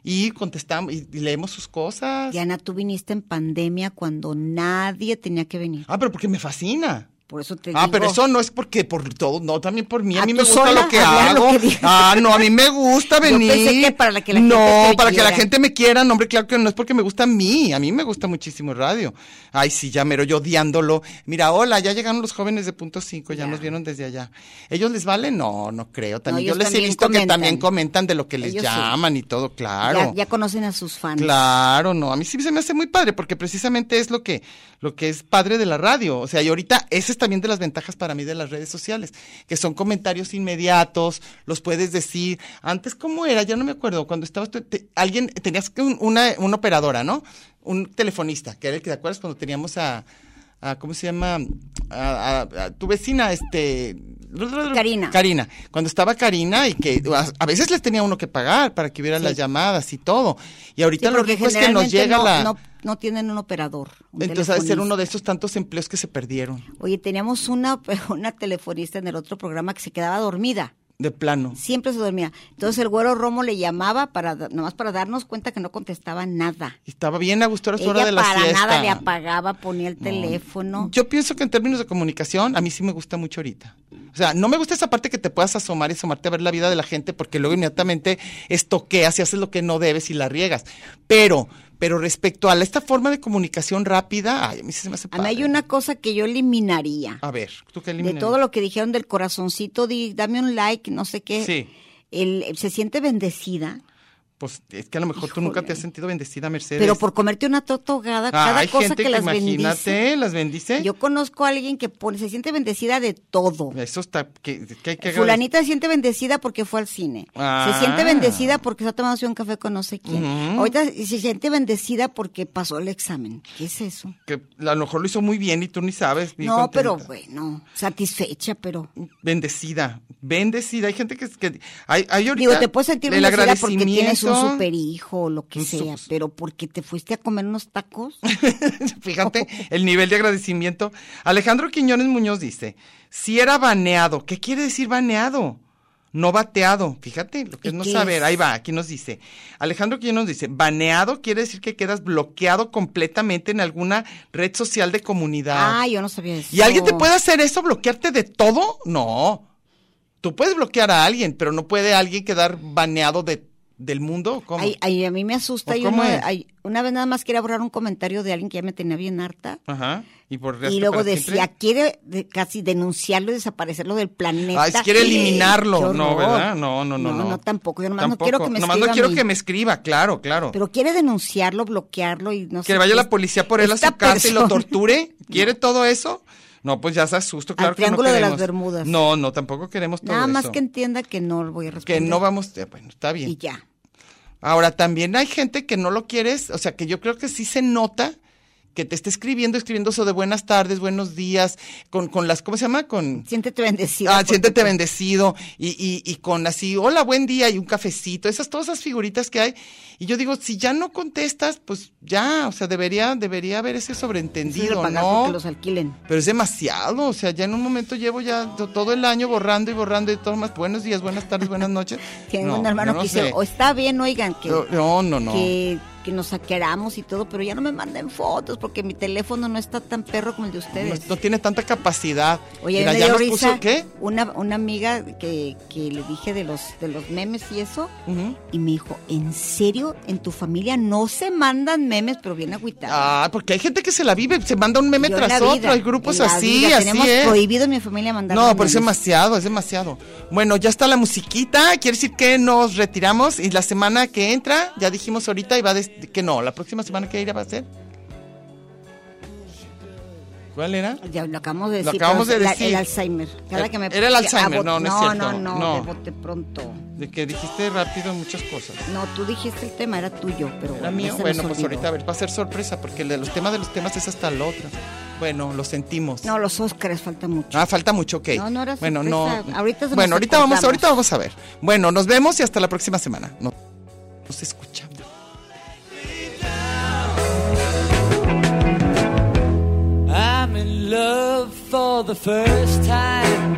Speaker 5: y contestamos y, y leemos sus cosas.
Speaker 2: Diana, tú viniste en pandemia cuando nadie tenía que venir.
Speaker 5: Ah, pero porque me fascina.
Speaker 2: Por eso te digo.
Speaker 5: Ah, pero eso no es porque por todo, no, también por mí. A,
Speaker 2: ¿A
Speaker 5: mí
Speaker 2: tú
Speaker 5: me gusta
Speaker 2: sola?
Speaker 5: lo que
Speaker 2: Hablar lo
Speaker 5: hago.
Speaker 2: que digas.
Speaker 5: ah, no, a mí me gusta
Speaker 2: Yo
Speaker 5: venir.
Speaker 2: pensé que para la que la
Speaker 5: no,
Speaker 2: gente te
Speaker 5: para que la
Speaker 2: oyera.
Speaker 5: gente me quiera. No, hombre, claro que no es porque me gusta a mí. A mí me gusta muchísimo el radio. Ay, sí, ya mero, yo odiándolo. Mira, hola, ya llegaron los jóvenes de punto cinco, ya,
Speaker 2: Ya.
Speaker 5: nos vieron desde allá. ¿Ellos les vale? No, no creo. También
Speaker 2: ellos
Speaker 5: yo les
Speaker 2: también
Speaker 5: he visto que
Speaker 2: comentan.
Speaker 5: también comentan de lo que les
Speaker 2: Ellos sí.
Speaker 5: llaman y todo,
Speaker 2: Ya-
Speaker 5: claro.
Speaker 2: Ya, conocen a sus fans.
Speaker 5: Claro, no, a mí sí se me hace muy padre porque precisamente es lo que lo que es padre de la radio, o sea, y ahorita esa es también de las ventajas para mí de las redes sociales, que son comentarios inmediatos, los puedes decir, antes cómo era, ya no me acuerdo, cuando estabas tú, te- alguien tenías que un- una una operadora, ¿no? Un telefonista, que era el que te acuerdas cuando teníamos a, a- ¿cómo se llama? A, a- a tu vecina este
Speaker 2: Karina.
Speaker 5: Karina, cuando estaba Karina y que a, a veces les tenía uno que pagar para que hubiera
Speaker 2: Sí.
Speaker 5: las llamadas y todo. Y ahorita
Speaker 2: Sí,
Speaker 5: lo
Speaker 2: porque
Speaker 5: rico es que nos
Speaker 2: generalmente
Speaker 5: llega
Speaker 2: no,
Speaker 5: la...
Speaker 2: no- no tienen un operador. un
Speaker 5: entonces ha de ser
Speaker 2: telefonista.
Speaker 5: uno de esos tantos empleos que se perdieron,
Speaker 2: Oye, teníamos una, una telefonista en el otro programa que se quedaba dormida.
Speaker 5: de plano.
Speaker 2: Siempre se dormía. Entonces el güero Romo le llamaba para da- nomás para darnos cuenta que no contestaba nada.
Speaker 5: Y Estaba bien a gusto a su hora
Speaker 2: Ella
Speaker 5: de la
Speaker 2: para
Speaker 5: siesta.
Speaker 2: nada le apagaba, ponía el teléfono.
Speaker 5: Yo pienso que en términos de comunicación, a mí sí me gusta mucho ahorita. O sea, no me gusta esa parte que te puedas asomar y asomarte a ver la vida de la gente, porque luego inmediatamente estoqueas y haces lo que no debes y la riegas. Pero, pero respecto a la- esta forma de comunicación rápida, ay, a mí sí se me hace
Speaker 2: A mí
Speaker 5: padre. Ah,
Speaker 2: hay una cosa que yo eliminaría.
Speaker 5: A ver, ¿tú qué
Speaker 2: De
Speaker 5: eliminas?
Speaker 2: todo lo que dijeron del corazoncito, di, dame un like, no sé qué.
Speaker 5: Sí.
Speaker 2: El- se siente bendecida,
Speaker 5: Pues es que a lo mejor tú nunca te has sentido bendecida, Mercedes.
Speaker 2: pero por comerte una tortogada,
Speaker 5: Ah,
Speaker 2: cada
Speaker 5: hay
Speaker 2: cosa
Speaker 5: gente
Speaker 2: que las
Speaker 5: imagínate,
Speaker 2: bendice.
Speaker 5: las bendice.
Speaker 2: Yo conozco a alguien que pone- se siente bendecida de todo.
Speaker 5: Eso está, que, que hay que agradecer.
Speaker 2: Fulanita se siente bendecida porque fue al cine.
Speaker 5: Ah.
Speaker 2: Se siente bendecida porque está tomándose un café con no sé quién.
Speaker 5: Ujú.
Speaker 2: Ahorita se siente bendecida porque pasó el examen. ¿Qué es eso?
Speaker 5: que a lo mejor lo hizo muy bien y tú ni sabes. bien
Speaker 2: no,
Speaker 5: contenta.
Speaker 2: pero bueno, satisfecha, pero.
Speaker 5: Bendecida, bendecida. Hay gente que, es- que hay, hay ahorita.
Speaker 2: Digo, te puedes sentir
Speaker 5: el
Speaker 2: bendecida porque tienes un
Speaker 5: agradecimiento.
Speaker 2: super hijo o lo que
Speaker 5: Un su-
Speaker 2: sea, pero porque te fuiste a comer unos tacos.
Speaker 5: Fíjate el nivel de agradecimiento. Alejandro Quiñones Muñoz dice, si era baneado, ¿qué quiere decir baneado? No bateado, fíjate lo
Speaker 2: ¿Y
Speaker 5: que es no
Speaker 2: qué
Speaker 5: saber.
Speaker 2: es?
Speaker 5: Ahí va, aquí nos dice. Alejandro Quiñones dice, baneado quiere decir que quedas bloqueado completamente en alguna red social de comunidad.
Speaker 2: Ah, yo no sabía eso.
Speaker 5: ¿Y alguien te puede hacer eso, bloquearte de todo? No. Tú puedes bloquear a alguien, pero no puede alguien quedar baneado de, del mundo. ¿Cómo?
Speaker 2: Ay, ay, a mí me asusta.
Speaker 5: ¿O
Speaker 2: Hay
Speaker 5: cómo
Speaker 2: uno-
Speaker 5: es?
Speaker 2: hay- una vez nada más quería borrar un comentario de alguien que ya me tenía bien harta.
Speaker 5: Ajá. Y, por
Speaker 2: Y luego decía, quiere de- casi denunciarlo y desaparecerlo del planeta.
Speaker 5: Ay, quiere
Speaker 2: Eh,
Speaker 5: eliminarlo.
Speaker 2: qué horror.
Speaker 5: No, ¿verdad? No, no, no,
Speaker 2: No,
Speaker 5: no.
Speaker 2: no, tampoco. Yo nomás no
Speaker 5: Tampoco.
Speaker 2: quiero que me
Speaker 5: Nomás
Speaker 2: escriba
Speaker 5: no
Speaker 2: a
Speaker 5: quiero
Speaker 2: mí.
Speaker 5: que me escriba, claro, claro.
Speaker 2: Pero quiere denunciarlo, bloquearlo y no sé.
Speaker 5: que vaya
Speaker 2: qué.
Speaker 5: la policía por él a
Speaker 2: Esta
Speaker 5: su casa y lo
Speaker 2: persona-
Speaker 5: torture. ¿Quiere todo eso? No, pues ya se asusto, claro que no
Speaker 2: Triángulo de las
Speaker 5: queremos.
Speaker 2: Bermudas.
Speaker 5: No, no, tampoco queremos todo
Speaker 2: Nada más
Speaker 5: eso.
Speaker 2: que entienda que no lo voy a
Speaker 5: Que
Speaker 2: responder.
Speaker 5: no vamos, eh, bueno, está bien.
Speaker 2: Y ya.
Speaker 5: Ahora, también hay gente que no lo quieres, o sea, que yo creo que sí se nota que te está escribiendo, escribiendo eso de buenas tardes, buenos días, con, con las, ¿cómo se llama? Con...
Speaker 2: Siéntete bendecida.
Speaker 5: Ah,
Speaker 2: porque- pues,
Speaker 5: siéntete bendecido y, y, y con así, hola, buen día y un cafecito, esas, todas esas figuritas que hay. Y yo digo, si ya no contestas, pues ya, o sea, debería, debería haber ese
Speaker 2: Sí, de
Speaker 5: sobreentendido,
Speaker 2: pagar
Speaker 5: ¿no?
Speaker 2: porque los alquilen.
Speaker 5: Pero es demasiado, o sea, ya en un momento llevo ya to- todo el año borrando y borrando y todo más, buenos días, buenas tardes, buenas noches.
Speaker 2: Tengo
Speaker 5: No,
Speaker 2: un
Speaker 5: yo
Speaker 2: hermano
Speaker 5: no
Speaker 2: que dice,
Speaker 5: sé.
Speaker 2: o está bien, oigan, que,
Speaker 5: Yo- No, no, no.
Speaker 2: que, que nos saqueramos y todo, pero ya no me manden fotos porque mi teléfono no está tan perro como el de
Speaker 5: No,
Speaker 2: ustedes.
Speaker 5: no tiene tanta capacidad.
Speaker 2: Oye,
Speaker 5: Mira,
Speaker 2: me
Speaker 5: ya
Speaker 2: dio
Speaker 5: nos
Speaker 2: risa
Speaker 5: puso, ¿qué?
Speaker 2: Una, una amiga que, que le dije de los, de los memes y eso,
Speaker 5: Ujú.
Speaker 2: y me dijo, ¿en serio? ¿En tu familia no se mandan memes, pero bien agüitada?
Speaker 5: Ah, porque hay gente que se la vive, se manda un meme
Speaker 2: Yo en
Speaker 5: tras
Speaker 2: la
Speaker 5: otro,
Speaker 2: vida,
Speaker 5: hay grupos
Speaker 2: en la
Speaker 5: así,
Speaker 2: vida
Speaker 5: así
Speaker 2: tenemos
Speaker 5: es.
Speaker 2: prohibido en mi familia mandar
Speaker 5: No, pero
Speaker 2: memes.
Speaker 5: es demasiado, es demasiado. Bueno, ya está la musiquita, quiere decir que nos retiramos y la semana que entra, ya dijimos ahorita, y va des- que no, la próxima semana que irá va a ser. ¿Cuál era?
Speaker 2: Ya lo acabamos de
Speaker 5: Lo
Speaker 2: decir.
Speaker 5: acabamos
Speaker 2: pero
Speaker 5: de
Speaker 2: la-
Speaker 5: decir. Eh,
Speaker 2: El Alzheimer. Cada que me
Speaker 5: Era el
Speaker 2: a
Speaker 5: Alzheimer,
Speaker 2: bot-
Speaker 5: no, no es cierto,
Speaker 2: No, no,
Speaker 5: no.
Speaker 2: de bote pronto.
Speaker 5: De que dijiste rápido muchas cosas.
Speaker 2: No, tú dijiste el tema, era tuyo, pero ya
Speaker 5: ¿Era mío?
Speaker 2: se nos
Speaker 5: Bueno, pues
Speaker 2: olvidó.
Speaker 5: ahorita a ver, va a ser sorpresa, porque el de los temas de los temas es hasta el otro. Bueno, lo sentimos.
Speaker 10: No, los Óscares falta mucho.
Speaker 5: Ah, falta mucho, ok.
Speaker 10: No, no era
Speaker 5: bueno,
Speaker 10: sorpresa.
Speaker 5: no.
Speaker 10: Ahorita se nos
Speaker 5: bueno, ahorita vamos,
Speaker 10: acordamos.
Speaker 5: ahorita vamos a ver. Bueno, nos vemos y hasta la próxima semana. Nos, nos escuchamos.
Speaker 9: I'm in love for the first time.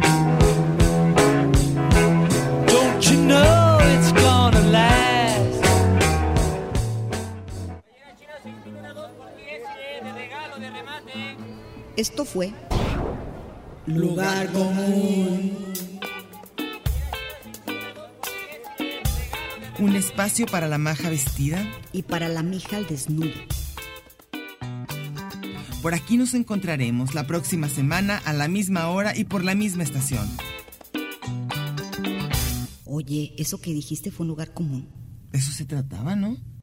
Speaker 9: Don't you know it's gonna last?
Speaker 2: Esto fue Lugar Común.
Speaker 3: Un espacio para la maja vestida.
Speaker 2: Y para la mija al desnudo.
Speaker 3: Por aquí nos encontraremos la próxima semana a la misma hora y por la misma estación.
Speaker 2: Oye, eso que dijiste fue un lugar común.
Speaker 3: De eso se trataba, ¿no?